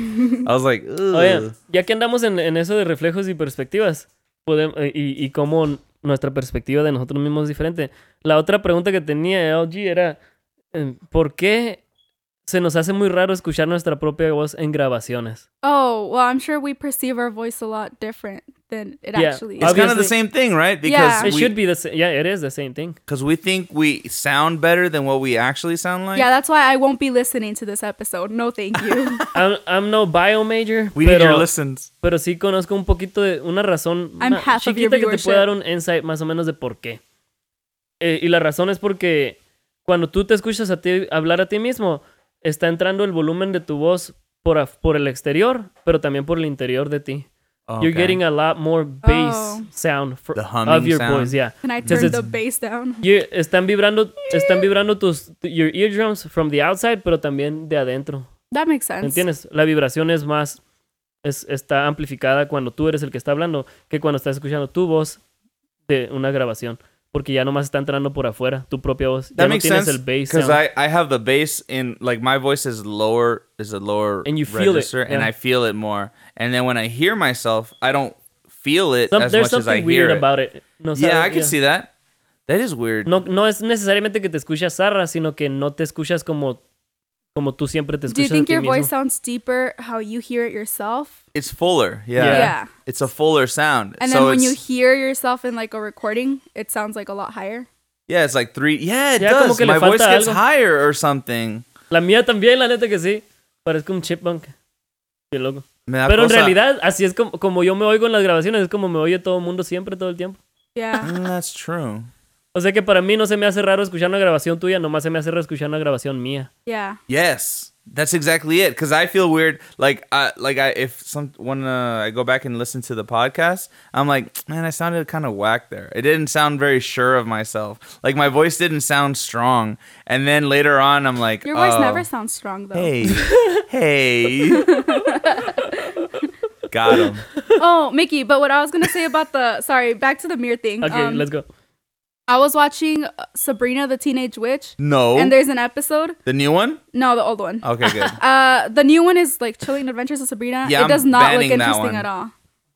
Speaker 1: I was like, ooh.
Speaker 2: Oye, ya que andamos en, en eso de reflejos y perspectivas, podem- eh, y, y cómo n- nuestra perspectiva de nosotros mismos es diferente. La otra pregunta que tenía LG era, eh, ¿por qué se nos hace muy raro escuchar nuestra propia voz en grabaciones?
Speaker 3: Oh, well, I'm sure we perceive our voice a lot different than it
Speaker 2: Yeah.
Speaker 3: actually
Speaker 1: It's
Speaker 3: is.
Speaker 2: Obvi-
Speaker 1: kind of the
Speaker 2: obviously-
Speaker 1: same thing, right?
Speaker 3: Yeah.
Speaker 2: It
Speaker 1: Because
Speaker 2: should
Speaker 1: Ah, we,
Speaker 2: be the same. Yeah, it is the same thing.
Speaker 1: cause we think we sound better than what we actually sound like.
Speaker 3: Yeah, that's why I won't be listening to this episode. No, thank you.
Speaker 2: I'm, I'm no bio major,
Speaker 1: we need your
Speaker 2: pero,
Speaker 1: listens.
Speaker 2: pero sí conozco un poquito de una razón
Speaker 3: I'm
Speaker 2: una
Speaker 3: half of your
Speaker 2: chiquita que te
Speaker 3: viewership.
Speaker 2: puede dar un insight más o menos de por qué. Eh, y la razón es porque cuando tú te escuchas a ti hablar a ti mismo, está entrando el volumen de tu voz por, af- por el exterior, pero también por el interior de ti. You're
Speaker 1: Oh, Okay.
Speaker 2: getting a lot more bass
Speaker 3: Oh.
Speaker 2: sound fr-
Speaker 1: The humming
Speaker 2: of your
Speaker 1: sound.
Speaker 2: voice, yeah.
Speaker 3: Can I
Speaker 2: Does
Speaker 3: turn
Speaker 2: it-
Speaker 3: the bass down?
Speaker 2: You- están vibrando, están vibrando tus your eardrums from the outside, pero también de adentro.
Speaker 3: That makes
Speaker 2: ¿Me
Speaker 3: sense.
Speaker 2: entiendes? La vibración es más, es, está amplificada cuando tú eres el que está hablando que cuando estás escuchando tu voz de una grabación. Porque ya nomás está entrando por afuera tu propia voz.
Speaker 1: That
Speaker 2: ya no
Speaker 1: makes
Speaker 2: tienes
Speaker 1: sense.
Speaker 2: el bass
Speaker 1: Because
Speaker 2: sound.
Speaker 1: I, I have the bass in like my voice is lower is a lower
Speaker 2: And you feel it,
Speaker 1: register, and
Speaker 2: yeah.
Speaker 1: I feel it more. And then when I hear myself, I don't feel it
Speaker 2: Some-
Speaker 1: as
Speaker 2: there's
Speaker 1: much as I
Speaker 2: something
Speaker 1: hear
Speaker 2: weird
Speaker 1: it.
Speaker 2: about it. No
Speaker 1: yeah,
Speaker 2: sabes-
Speaker 1: I can
Speaker 2: yeah.
Speaker 1: see that. That is weird.
Speaker 2: No, no es necesariamente que te escuchas zarra, sino que no te escuchas como, como tú siempre te
Speaker 3: Do you
Speaker 2: escuchas. a
Speaker 3: think
Speaker 2: ti
Speaker 3: your
Speaker 2: mismo.
Speaker 3: voice sounds deeper how you hear it yourself?
Speaker 1: It's fuller. Yeah.
Speaker 2: Yeah.
Speaker 3: Yeah.
Speaker 1: It's a fuller sound.
Speaker 3: And
Speaker 1: so
Speaker 3: then when
Speaker 1: it's,
Speaker 3: you hear yourself in like a recording, it sounds like a lot higher.
Speaker 1: yeah, it's like three. Yeah, it
Speaker 2: Ya como
Speaker 1: does.
Speaker 2: que le
Speaker 1: My voice
Speaker 2: falta
Speaker 1: gets
Speaker 2: algo.
Speaker 1: higher or something.
Speaker 2: La mía también, la neta que sí. Parezco un chipmunk. Qué loco.
Speaker 1: Me da
Speaker 2: Pero en
Speaker 1: cosa-
Speaker 2: realidad, así es como, como yo me oigo en las grabaciones. Es como me oye todo el mundo siempre, todo el tiempo.
Speaker 3: Yeah.
Speaker 1: Mm, that's true.
Speaker 2: O sea que para mí no se me hace raro escuchar una grabación tuya, nomás se me hace raro escuchar una grabación mía.
Speaker 3: yeah.
Speaker 1: Yes, that's exactly it. Because I feel weird. Like, I like I if some when uh, I go back and listen to the podcast, I'm like, man, I sounded kind of whack there. It didn't sound very sure of myself. Like my voice didn't sound strong. And then later on, I'm like,
Speaker 3: Your voice
Speaker 1: oh,
Speaker 3: never sounds strong though.
Speaker 1: Hey, hey, got him.
Speaker 3: Oh, Mickey, but what I was gonna say about the sorry, back to the mirror thing.
Speaker 2: Ok,
Speaker 3: Um,
Speaker 2: let's go.
Speaker 3: I was watching uh, Sabrina the Teenage Witch,
Speaker 1: No,
Speaker 3: and there's an episode.
Speaker 1: the new one.
Speaker 3: No, the old one.
Speaker 1: Okay, good.
Speaker 3: Uh, the new one is like Chilling Adventures of Sabrina.
Speaker 1: Yeah,
Speaker 3: it
Speaker 1: I'm
Speaker 3: does not look
Speaker 1: banning that
Speaker 3: interesting
Speaker 1: one.
Speaker 3: at all.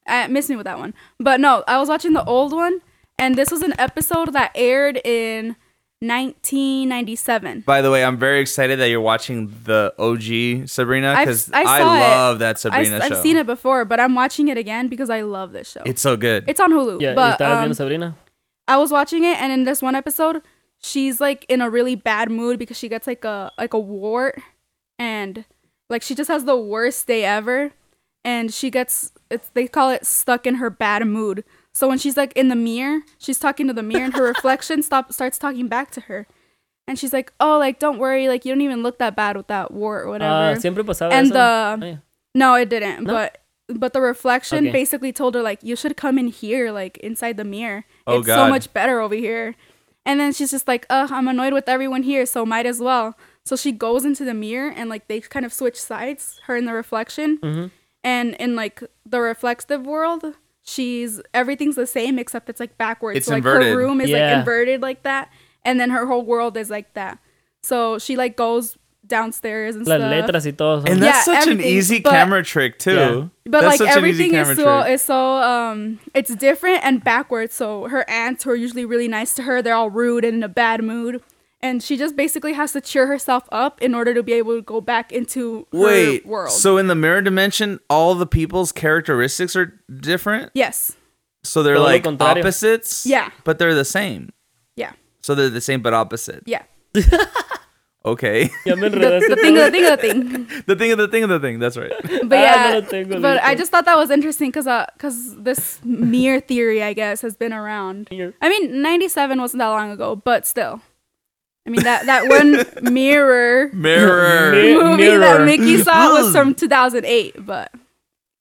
Speaker 3: Uh, miss me with that one. But no, I was watching the old one, and this was an episode that aired in 1997.
Speaker 1: By the way, I'm very excited that you're watching the OG Sabrina
Speaker 3: I've-
Speaker 1: because
Speaker 3: I
Speaker 1: I,
Speaker 3: saw it.
Speaker 1: love that
Speaker 3: I,
Speaker 1: Sabrina show.
Speaker 3: have seen it before, but I'm watching it again because I love this show. It's,
Speaker 1: It's so good.
Speaker 3: on Hulu.
Speaker 2: Ya,
Speaker 3: but
Speaker 2: ¿estabas
Speaker 3: um,
Speaker 2: viendo Sabrina?
Speaker 3: I was watching it, and in this one episode, she's like in a really bad mood because she gets like a like a wart, and like she just has the worst day ever, and she gets it's they call it stuck in her bad mood. So when she's like in the mirror, she's talking to the mirror, and her reflection stop starts talking back to her, and she's like, "Oh, like don't worry, like you don't even look that bad with that wart or whatever."
Speaker 2: Ah, siempre pasaba
Speaker 3: And
Speaker 2: eso.
Speaker 3: the-
Speaker 2: Ah, ya.
Speaker 3: No, it didn't. But but the reflection
Speaker 2: Okay.
Speaker 3: basically told her like you should come in here, like inside the mirror.
Speaker 1: Oh,
Speaker 3: it's
Speaker 1: God.
Speaker 3: so much better over here. And then she's just like, Ugh, I'm annoyed with everyone here, so might as well. So she goes into the mirror and like they kind of switch sides, her and the reflection.
Speaker 1: Mm-hmm.
Speaker 3: And in like the reflective world, she's everything's the same except it's like backwards.
Speaker 1: It's
Speaker 3: so, like
Speaker 1: inverted.
Speaker 3: her room is
Speaker 2: Yeah.
Speaker 3: like inverted like that. And then her whole world is like that. So she like goes downstairs and
Speaker 2: Las
Speaker 3: stuff.
Speaker 2: letras y todo. son-
Speaker 1: And
Speaker 3: Yeah,
Speaker 1: that's such an
Speaker 3: everything,
Speaker 1: easy
Speaker 3: but-
Speaker 1: camera trick too.
Speaker 2: Yeah.
Speaker 3: But
Speaker 1: that's
Speaker 3: like
Speaker 1: such an
Speaker 3: everything
Speaker 1: easy
Speaker 3: is
Speaker 1: camera
Speaker 3: so
Speaker 1: trick.
Speaker 3: is so um it's different and backwards. So her aunts who are usually really nice to her, they're all rude and in a bad mood. And she just basically has to cheer herself up in order to be able to go back into
Speaker 1: Wait,
Speaker 3: her world.
Speaker 1: so in the mirror dimension, all the people's characteristics are different,
Speaker 3: yes.
Speaker 1: so they're
Speaker 2: Todo lo
Speaker 1: like
Speaker 2: contrario.
Speaker 1: opposites.
Speaker 3: Yeah.
Speaker 1: but they're the same.
Speaker 3: Yeah.
Speaker 1: So they're the same but opposite.
Speaker 3: Yeah.
Speaker 1: Okay.
Speaker 2: Ya me
Speaker 3: The,
Speaker 2: enredaste.
Speaker 3: the thing, the thing, the thing.
Speaker 1: the thing of the thing of the thing. That's right.
Speaker 3: But
Speaker 2: Ah,
Speaker 3: yeah,
Speaker 2: no lo tengo
Speaker 3: but I
Speaker 2: listo.
Speaker 3: just thought that was interesting because this mere theory, I guess, has been around.
Speaker 2: Mere.
Speaker 3: I mean, 97 wasn't that long ago, but still. I mean, that, that one mirror
Speaker 1: Mirror.
Speaker 2: Mir-
Speaker 3: movie that
Speaker 2: mirror.
Speaker 3: Mickey saw was from 2008, but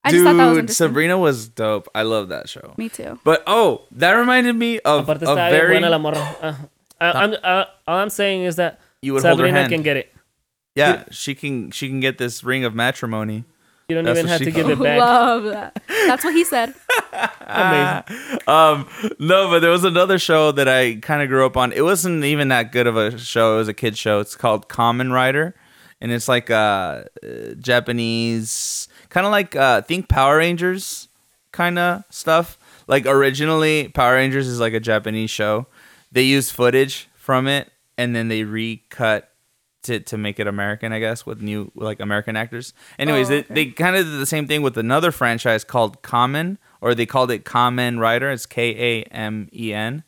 Speaker 3: I just thought that was
Speaker 1: Dude,
Speaker 3: interesting.
Speaker 1: Sabrina was dope. I love that show.
Speaker 3: Me too.
Speaker 1: But oh, that reminded me of a
Speaker 2: Aparte está bien
Speaker 1: very
Speaker 2: buena la morra. Ah. I- I'm, I- all I'm saying is that
Speaker 1: You would hold her
Speaker 2: Sabrina
Speaker 1: hand.
Speaker 2: can get it.
Speaker 1: yeah. She can she can get this ring of matrimony.
Speaker 2: You don't
Speaker 1: That's
Speaker 2: even
Speaker 1: what
Speaker 2: have
Speaker 1: she
Speaker 2: to give it
Speaker 1: called
Speaker 2: back.
Speaker 3: Love that. That's what he said.
Speaker 2: Amazing.
Speaker 1: Um, no, but there was another show that I kind of grew up on. It wasn't even that good of a show. It was a kid show. It's called Common Rider, and it's like uh, uh, Japanese, kind of like uh, think Power Rangers kind of stuff. Like originally, Power Rangers is like a Japanese show. They used footage from it and then they recut to, to make it American, I guess, with new like American actors. Anyways,
Speaker 3: Oh, okay.
Speaker 1: they, they kind of did the same thing with another franchise called Common, or they called it Common Rider. It's K A M E N.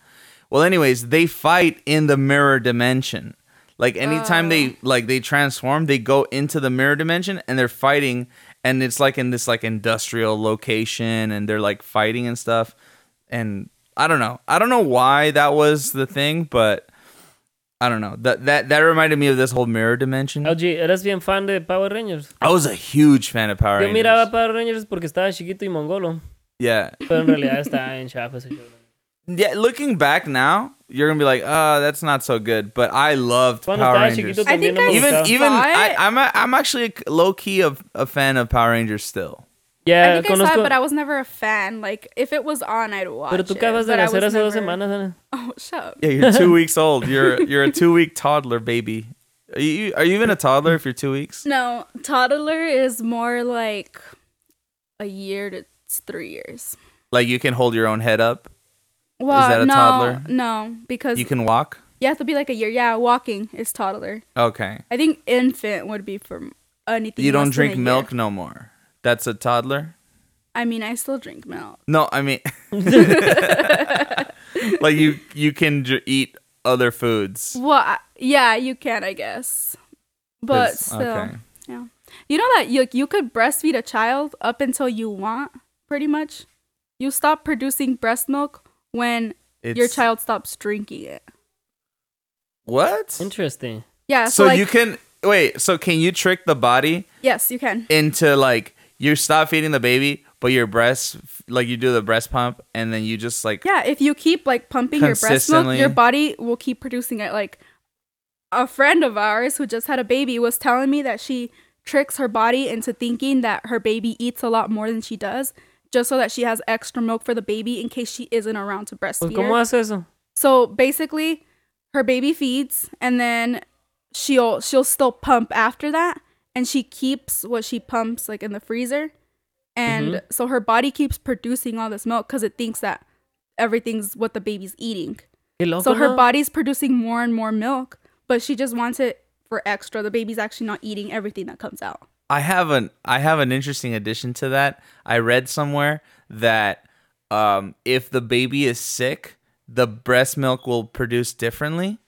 Speaker 1: Well, anyways, they fight in the mirror dimension. Like anytime they like they transform, they go into the mirror dimension and they're fighting, and it's like in this like industrial location, and they're like fighting and stuff. And I don't know, I don't know why that was the thing, but I don't know. That that that reminded me of this whole mirror dimension.
Speaker 2: LG, eres bien fan de Power Rangers.
Speaker 1: I was a huge fan of Power
Speaker 2: Yo
Speaker 1: Rangers.
Speaker 2: miraba Power Rangers porque estaba chiquito y mongolo.
Speaker 1: yeah,
Speaker 2: Pero en realidad está en chafa ese show.
Speaker 1: yeah. Looking back now, you're gonna be like, "Uh, that's not so good." But I loved
Speaker 2: Cuando
Speaker 1: Power
Speaker 2: estaba
Speaker 1: Rangers.
Speaker 2: chiquito
Speaker 3: I
Speaker 2: también
Speaker 3: think
Speaker 2: no me
Speaker 3: I-
Speaker 1: even
Speaker 2: gustaba.
Speaker 1: even
Speaker 3: saw
Speaker 1: I,
Speaker 3: it.
Speaker 1: I'm a, I'm actually low key of a fan of Power Rangers still.
Speaker 2: Yeah,
Speaker 3: I think I saw
Speaker 2: conozco.
Speaker 3: it, but I was never a fan. Like, if it was on, I'd watch
Speaker 2: Pero tú
Speaker 3: it,
Speaker 2: acabas de
Speaker 3: but I
Speaker 2: nacer
Speaker 3: was
Speaker 2: hace dos
Speaker 3: never-
Speaker 2: semanas, Ana.
Speaker 3: Oh, shut up.
Speaker 1: Yeah, you're two weeks old. You're you're a two week toddler baby. Are you are you even a toddler if you're two weeks?
Speaker 3: No, toddler is more like a year to three years.
Speaker 1: Like you can hold your own head up.
Speaker 3: Well,
Speaker 1: that a
Speaker 3: no,
Speaker 1: toddler?
Speaker 3: no, because
Speaker 1: You
Speaker 3: you,
Speaker 1: can walk.
Speaker 3: have to be like a year. Yeah, walking is toddler.
Speaker 1: Okay.
Speaker 3: I think infant would be from anything.
Speaker 1: You don't
Speaker 3: less than a
Speaker 1: drink
Speaker 3: year.
Speaker 1: milk no more. That's a toddler.
Speaker 3: I mean, I still drink milk.
Speaker 1: No, I mean, like you you can j- eat other foods.
Speaker 3: Well, I, yeah, you can, I guess, but
Speaker 1: 'Cause-
Speaker 3: still, yeah. You know that you you could breastfeed a child up until you want, pretty much. You stop producing breast milk when
Speaker 1: it's,
Speaker 3: your child stops drinking it.
Speaker 1: What?
Speaker 2: Interesting.
Speaker 3: Yeah. So,
Speaker 1: So
Speaker 3: like,
Speaker 1: you can wait. So can you trick the body
Speaker 3: yes, you can.
Speaker 1: into like you stop feeding the baby, but your breast like you do the breast pump, and then you just like
Speaker 3: Yeah, if you keep like pumping your breast milk,
Speaker 1: Consistently.
Speaker 3: your body will keep producing it. Like a friend of ours who just had a baby was telling me that she tricks her body into thinking that her baby eats a lot more than she does, just so that she has extra milk for the baby in case she isn't around to
Speaker 2: Pues,
Speaker 3: breastfeed.
Speaker 2: ¿Cómo
Speaker 3: her.
Speaker 2: hace eso?
Speaker 3: So basically, her baby feeds and then she'll she'll still pump after that and she keeps what she pumps like in the freezer. And so her body keeps producing all this milk cuz it thinks that everything's what the baby's eating.
Speaker 2: Qué loco,
Speaker 3: So her
Speaker 2: ¿no?
Speaker 3: body's producing more and more milk, but she just wants it for extra. The baby's actually not eating everything that comes out.
Speaker 1: I have an I have an interesting addition to that. I read somewhere that um, if the baby is sick, the breast milk will produce differently.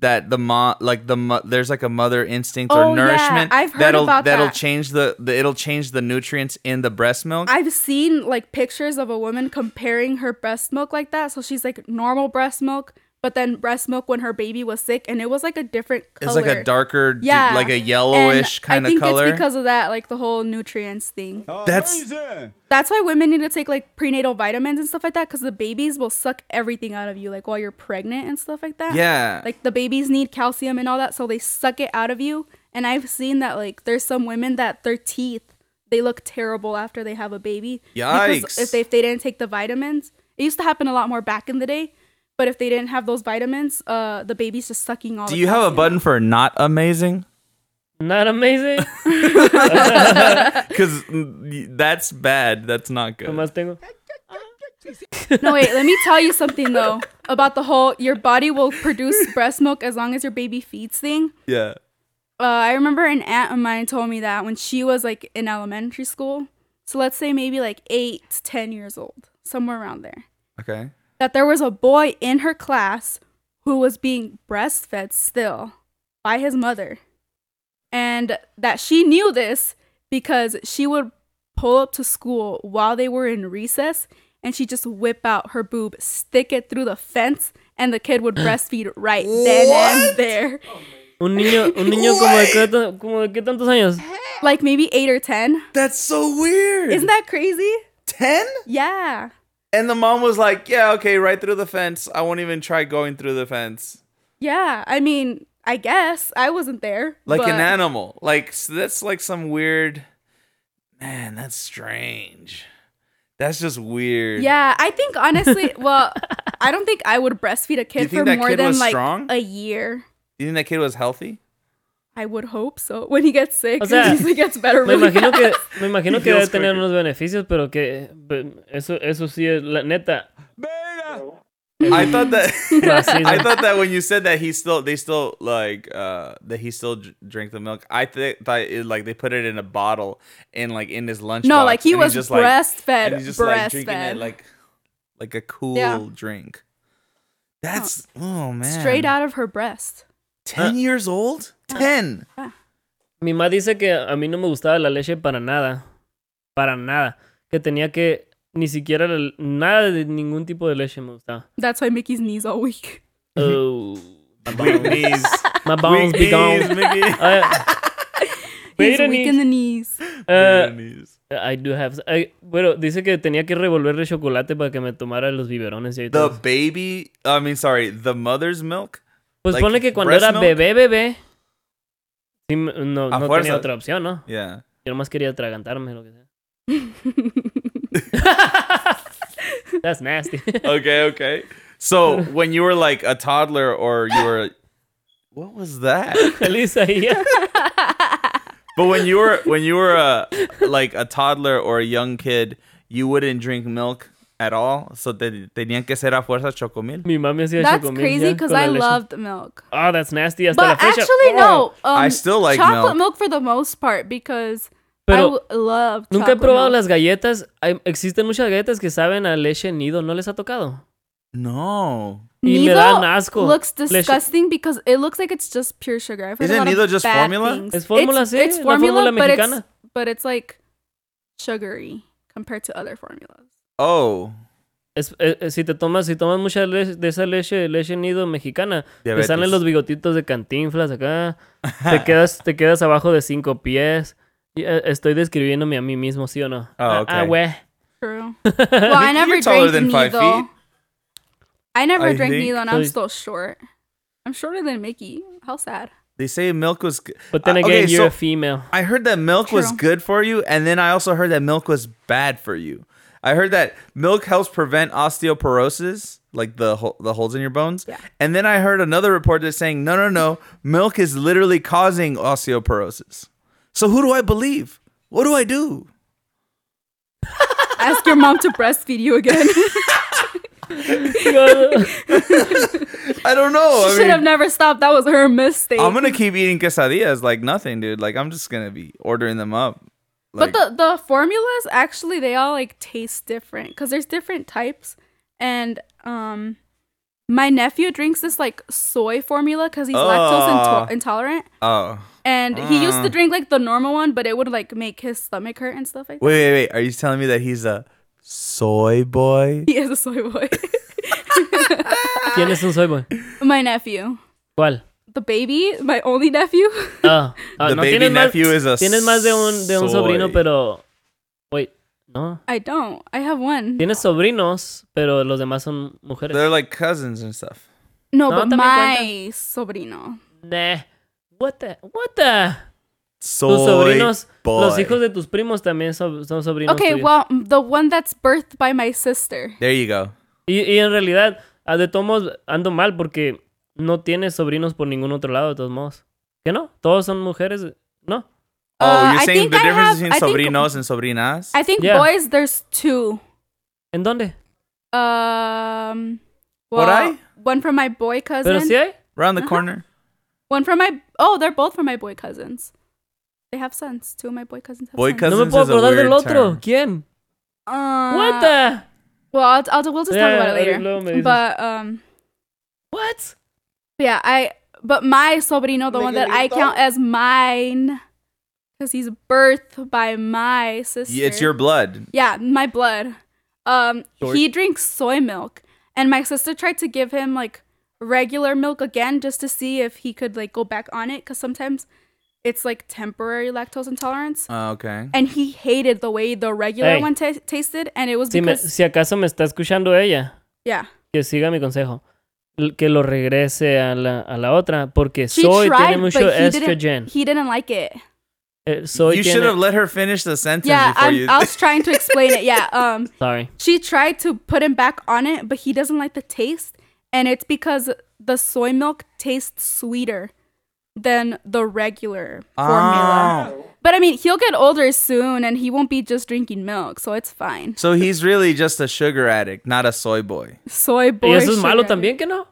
Speaker 1: That the mom like the mo- there's like a mother instinct
Speaker 3: Oh, yeah,
Speaker 1: or nourishment
Speaker 3: I've heard
Speaker 1: that'll
Speaker 3: about
Speaker 1: that'll
Speaker 3: that.
Speaker 1: change the, the it'll change the nutrients in the breast milk.
Speaker 3: I've seen like pictures of a woman comparing her breast milk like that. So she's like normal breast milk, but then breast milk when her baby was sick, and it was like a different color.
Speaker 1: it's like a darker, d-
Speaker 3: yeah,
Speaker 1: like a
Speaker 3: And
Speaker 1: yellowish kind of
Speaker 3: I think
Speaker 1: color.
Speaker 3: it's because of that, like the whole nutrients thing.
Speaker 1: That's-
Speaker 3: That's why women need to take like prenatal vitamins and stuff like that, because the babies will suck everything out of you, like while you're pregnant and stuff like that.
Speaker 1: yeah,
Speaker 3: Like the babies need calcium and all that, so they suck it out of you. And I've seen that like there's some women that their teeth they look terrible after they have a baby.
Speaker 1: Yikes.
Speaker 3: Because if they if they didn't take the vitamins, it used to happen a lot more back in the day. But if they didn't have those vitamins, uh, the baby's just sucking all.
Speaker 1: Do
Speaker 3: the
Speaker 1: you have a
Speaker 3: calcium
Speaker 1: button
Speaker 3: out.
Speaker 1: for not amazing?
Speaker 2: Not amazing.
Speaker 1: Because that's bad. That's not good.
Speaker 2: Nomás tengo.
Speaker 3: No, wait. Let me tell you something though about the whole your body will produce breast milk as long as your baby feeds thing.
Speaker 1: yeah.
Speaker 3: uh, I remember an aunt of mine told me that when she was like in elementary school. So let's say maybe like eight to 10 years old, somewhere around there,
Speaker 1: Okay.
Speaker 3: that there was a boy in her class who was being breastfed still by his mother. And that she knew this because she would pull up to school while they were in recess and she just whip out her boob, stick it through the fence, and the kid would breastfeed right then and there.
Speaker 2: Un niño, un niño como de, qué tan- como de qué tantos años.
Speaker 3: Like maybe eight or 10.
Speaker 1: That's so weird.
Speaker 3: Isn't that crazy?
Speaker 1: ten?
Speaker 3: Yeah.
Speaker 1: And the mom was like, "Yeah, okay, right through the fence. I won't even try going through the fence."
Speaker 3: Yeah. I mean, I guess I wasn't there.
Speaker 1: Like
Speaker 3: but
Speaker 1: an animal. Like s that's like some weird. Man, that's strange. That's just weird.
Speaker 3: Yeah. I think honestly, well, I don't think I would breastfeed a
Speaker 1: You think
Speaker 3: kid for
Speaker 1: that
Speaker 3: more
Speaker 1: kid
Speaker 3: than
Speaker 1: was
Speaker 3: like
Speaker 1: strong?
Speaker 3: a year.
Speaker 1: You think that kid was healthy?
Speaker 3: I would hope so. When he gets sick,
Speaker 2: O sea,
Speaker 3: he usually gets better
Speaker 2: Me
Speaker 3: really
Speaker 2: imagino que,
Speaker 3: fast.
Speaker 2: me imagino que
Speaker 1: Dios,
Speaker 2: debe tener
Speaker 1: güey.
Speaker 2: unos beneficios, pero que pero eso, eso sí es la neta.
Speaker 1: I thought that.
Speaker 2: Racismo.
Speaker 1: I thought that when you said that he still, they still like uh that he still dr- drank the milk. I th- thought it, like they put it in a bottle and like in his lunch.
Speaker 3: No, like he was breastfed,
Speaker 1: and he's just like drinking it
Speaker 3: breastfed,
Speaker 1: like like a cool
Speaker 3: Yeah.
Speaker 1: drink. That's oh man,
Speaker 3: straight out of her breast.
Speaker 1: Ten years old, ten.
Speaker 2: Mi mamá dice que a mí no me gustaba la leche para nada. Para nada. Que tenía que ni siquiera la- nada de ningún tipo de leche me gustaba.
Speaker 3: That's why Mickey's knees all weak.
Speaker 2: Oh, my
Speaker 1: Weak
Speaker 2: bones,
Speaker 1: knees,
Speaker 2: my bones
Speaker 1: weak knees,
Speaker 2: be gone. Ah,
Speaker 1: Mickey.
Speaker 2: I,
Speaker 3: He's
Speaker 2: Peter
Speaker 3: weak
Speaker 2: knees.
Speaker 3: in the knees.
Speaker 2: eh,
Speaker 1: knees.
Speaker 2: I do have. I- bueno, dice que tenía que revolverle chocolate para que me tomara los biberones y ahí
Speaker 1: The
Speaker 2: todo.
Speaker 1: baby, I mean, sorry, the mother's milk.
Speaker 2: Pues
Speaker 1: like,
Speaker 2: pone que cuando
Speaker 1: breast
Speaker 2: era
Speaker 1: milk?
Speaker 2: bebé, bebé. sí, m- no,
Speaker 1: A
Speaker 2: no
Speaker 1: fuerza.
Speaker 2: tenía otra opción, ¿no?
Speaker 1: Yeah.
Speaker 2: Yo nomás quería atragantarme, lo que sea. That's nasty.
Speaker 1: okay, okay. So when you were like a toddler or you were what was that?
Speaker 2: Elisa, yeah.
Speaker 1: But when you were when you were a like a toddler or a young kid, you wouldn't drink milk at all. So te, tenían que ser a fuerza chocomil.
Speaker 2: Mi mami hacía
Speaker 3: That's
Speaker 2: chocomil,
Speaker 3: crazy
Speaker 2: yeah,
Speaker 3: because
Speaker 2: con la
Speaker 3: I
Speaker 2: leche.
Speaker 3: loved milk.
Speaker 2: Oh, that's nasty. Hasta la
Speaker 3: But
Speaker 2: fecha.
Speaker 3: actually,
Speaker 1: oh,
Speaker 3: no. Um,
Speaker 1: I still like milk.
Speaker 3: chocolate milk. for the most part because I
Speaker 2: Pero
Speaker 3: w- love.
Speaker 2: nunca he
Speaker 3: chocolate
Speaker 2: probado
Speaker 3: milk.
Speaker 2: las galletas. Hay- existen muchas galletas que saben a leche nido. ¿No les ha tocado?
Speaker 1: No.
Speaker 2: Y me
Speaker 3: Nido
Speaker 2: dan asco.
Speaker 3: Looks
Speaker 2: Leche-
Speaker 3: disgusting because it looks like it's just pure sugar. I've heard a
Speaker 1: Isn't
Speaker 3: lot of
Speaker 1: Nido just
Speaker 3: bad
Speaker 1: formula?
Speaker 3: things.
Speaker 2: Es formula, sí,
Speaker 3: It's
Speaker 2: la
Speaker 3: formula,
Speaker 2: formula
Speaker 3: but it's,
Speaker 2: mexicana.
Speaker 3: but it's like sugary compared to other formulas.
Speaker 1: Oh.
Speaker 2: Es- eh, eh, si te tomas, si tomas mucha le- de esa leche, leche nido mexicana, te
Speaker 1: Diabetes.
Speaker 2: salen los bigotitos de cantinflas acá,
Speaker 1: Ah.
Speaker 2: te quedas, te quedas abajo de cinco pies. Y, eh, Estoy describiéndome a mí mismo, ¿sí o no? Ah,
Speaker 1: ok.
Speaker 2: Ah, güey.
Speaker 3: True. well, I never
Speaker 1: You're taller
Speaker 3: drank
Speaker 1: than five
Speaker 3: Nido.
Speaker 1: feet.
Speaker 3: I never
Speaker 1: I
Speaker 3: drank
Speaker 1: think.
Speaker 3: Nido, and I'm
Speaker 2: So-
Speaker 3: still short. I'm shorter than Mickey. How sad.
Speaker 1: They say milk was g-
Speaker 2: But then
Speaker 1: Uh,
Speaker 2: again,
Speaker 1: okay,
Speaker 2: you're
Speaker 1: so-
Speaker 2: a female.
Speaker 1: I heard that milk was
Speaker 3: True.
Speaker 1: good for you, and then I also heard that milk was bad for you. I heard that milk helps prevent osteoporosis, like the ho- the holes in your bones.
Speaker 3: Yeah.
Speaker 1: And then I heard another report that's saying, no, no, no, milk is literally causing osteoporosis. So who do I believe? What do I do?
Speaker 3: Ask your mom to breastfeed you again. she
Speaker 1: I don't know. I
Speaker 3: should have
Speaker 1: mean,
Speaker 3: never stopped. That was her mistake.
Speaker 1: I'm gonna keep eating quesadillas like nothing, dude. Like I'm just gonna be ordering them up. Like,
Speaker 3: but the the formulas actually they all like taste different because there's different types, and um, my nephew drinks this like soy formula because he's lactose
Speaker 1: Ah.
Speaker 3: into- intolerant,
Speaker 1: oh
Speaker 3: and he used to
Speaker 1: Mm.
Speaker 3: drink like the normal one, but it would like make his stomach hurt and stuff like. that.
Speaker 1: wait, wait, wait. Are you telling me that he's a soy boy?
Speaker 3: He is a soy boy.
Speaker 2: ¿Quién es un soy boy?
Speaker 3: my nephew.
Speaker 2: ¿Cuál?
Speaker 3: The baby, my only nephew.
Speaker 2: Ah, ah,
Speaker 1: The
Speaker 2: no,
Speaker 1: baby
Speaker 2: tienes más,
Speaker 1: nephew is a
Speaker 2: tienes más de un, de un sobrino,
Speaker 1: soy.
Speaker 2: pero... Wait, no.
Speaker 3: I don't. I have one.
Speaker 2: Tienes sobrinos, pero los demás son mujeres.
Speaker 1: They're like cousins and stuff.
Speaker 3: No,
Speaker 2: No,
Speaker 3: but
Speaker 2: también
Speaker 3: my sobrino.
Speaker 2: Nah. What the... What the...
Speaker 1: Soy
Speaker 2: Tus sobrinos,
Speaker 1: boy.
Speaker 2: los hijos de tus primos también son, son sobrinos.
Speaker 3: Okay,
Speaker 2: tuyos.
Speaker 3: well, the one that's birthed by my sister.
Speaker 1: There you go.
Speaker 2: Y, y en realidad, a de todos modos, ando mal porque no tienes sobrinos por ningún otro lado, de todos modos. ¿Qué no? Todos son mujeres, ¿no?
Speaker 1: Oh,
Speaker 3: Uh,
Speaker 1: you're
Speaker 3: I
Speaker 1: saying
Speaker 3: think
Speaker 1: the
Speaker 3: I
Speaker 1: difference
Speaker 3: have-
Speaker 1: between
Speaker 3: I think-
Speaker 1: sobrinos and sobrinas?
Speaker 3: I think
Speaker 2: Yeah.
Speaker 3: boys, there's two.
Speaker 2: ¿En dónde?
Speaker 3: Um,
Speaker 1: What
Speaker 3: well,
Speaker 1: I?
Speaker 3: one from my boy
Speaker 2: Pero
Speaker 3: cousin.
Speaker 2: sí hay.
Speaker 1: Around the
Speaker 3: Uh-huh.
Speaker 1: corner.
Speaker 3: One from my. Oh, they're both from my boy cousins. They have sons. Two of my boy cousins have
Speaker 1: Boy
Speaker 3: sons.
Speaker 2: No me
Speaker 1: Cousins
Speaker 2: puedo
Speaker 1: is a
Speaker 2: acordar
Speaker 1: weird
Speaker 2: del otro.
Speaker 1: term.
Speaker 2: ¿Quién?
Speaker 3: Uh,
Speaker 2: What the?
Speaker 3: Well, I'll, I'll, we'll just
Speaker 2: Yeah,
Speaker 3: talk about it
Speaker 2: luego me
Speaker 3: later.
Speaker 2: dices.
Speaker 3: But um,
Speaker 2: What?
Speaker 3: yeah, I. But my sobrino, the one that I count as mine, because he's birthed by my sister.
Speaker 1: Y- It's your blood.
Speaker 3: Yeah, my blood. Um,
Speaker 2: Short.
Speaker 3: he drinks soy milk, and my sister tried to give him like regular milk again just to see if he could like go back on it because sometimes it's like temporary lactose intolerance.
Speaker 1: Oh, okay.
Speaker 3: And he hated the way the regular
Speaker 2: Hey.
Speaker 3: one ta tasted, and it was
Speaker 2: Si, me-
Speaker 3: because
Speaker 2: si acaso me está escuchando ella,
Speaker 3: yeah,
Speaker 2: que siga mi consejo. L- Que lo regrese a la, a la otra, porque
Speaker 3: she
Speaker 2: soy
Speaker 3: tried,
Speaker 2: tiene
Speaker 3: but
Speaker 2: mucho
Speaker 3: he didn't.
Speaker 2: estrogen.
Speaker 3: He didn't like it.
Speaker 2: Eh, soy
Speaker 1: you should
Speaker 2: tiene...
Speaker 1: have let her finish the sentence
Speaker 3: Yeah,
Speaker 1: before
Speaker 3: I'm,
Speaker 1: you.
Speaker 3: I was trying to explain it. Yeah, um,
Speaker 2: Sorry.
Speaker 3: she tried to put him back on it, but he doesn't like the taste, and it's because the soy milk tastes sweeter than the regular formula.
Speaker 1: Oh.
Speaker 3: But I mean, he'll get older soon, and he won't be just drinking milk, so it's fine.
Speaker 1: So he's really just a sugar addict, not a soy boy.
Speaker 3: Soy boy.
Speaker 2: Y eso es malo
Speaker 3: sugar.
Speaker 2: también, ¿que no?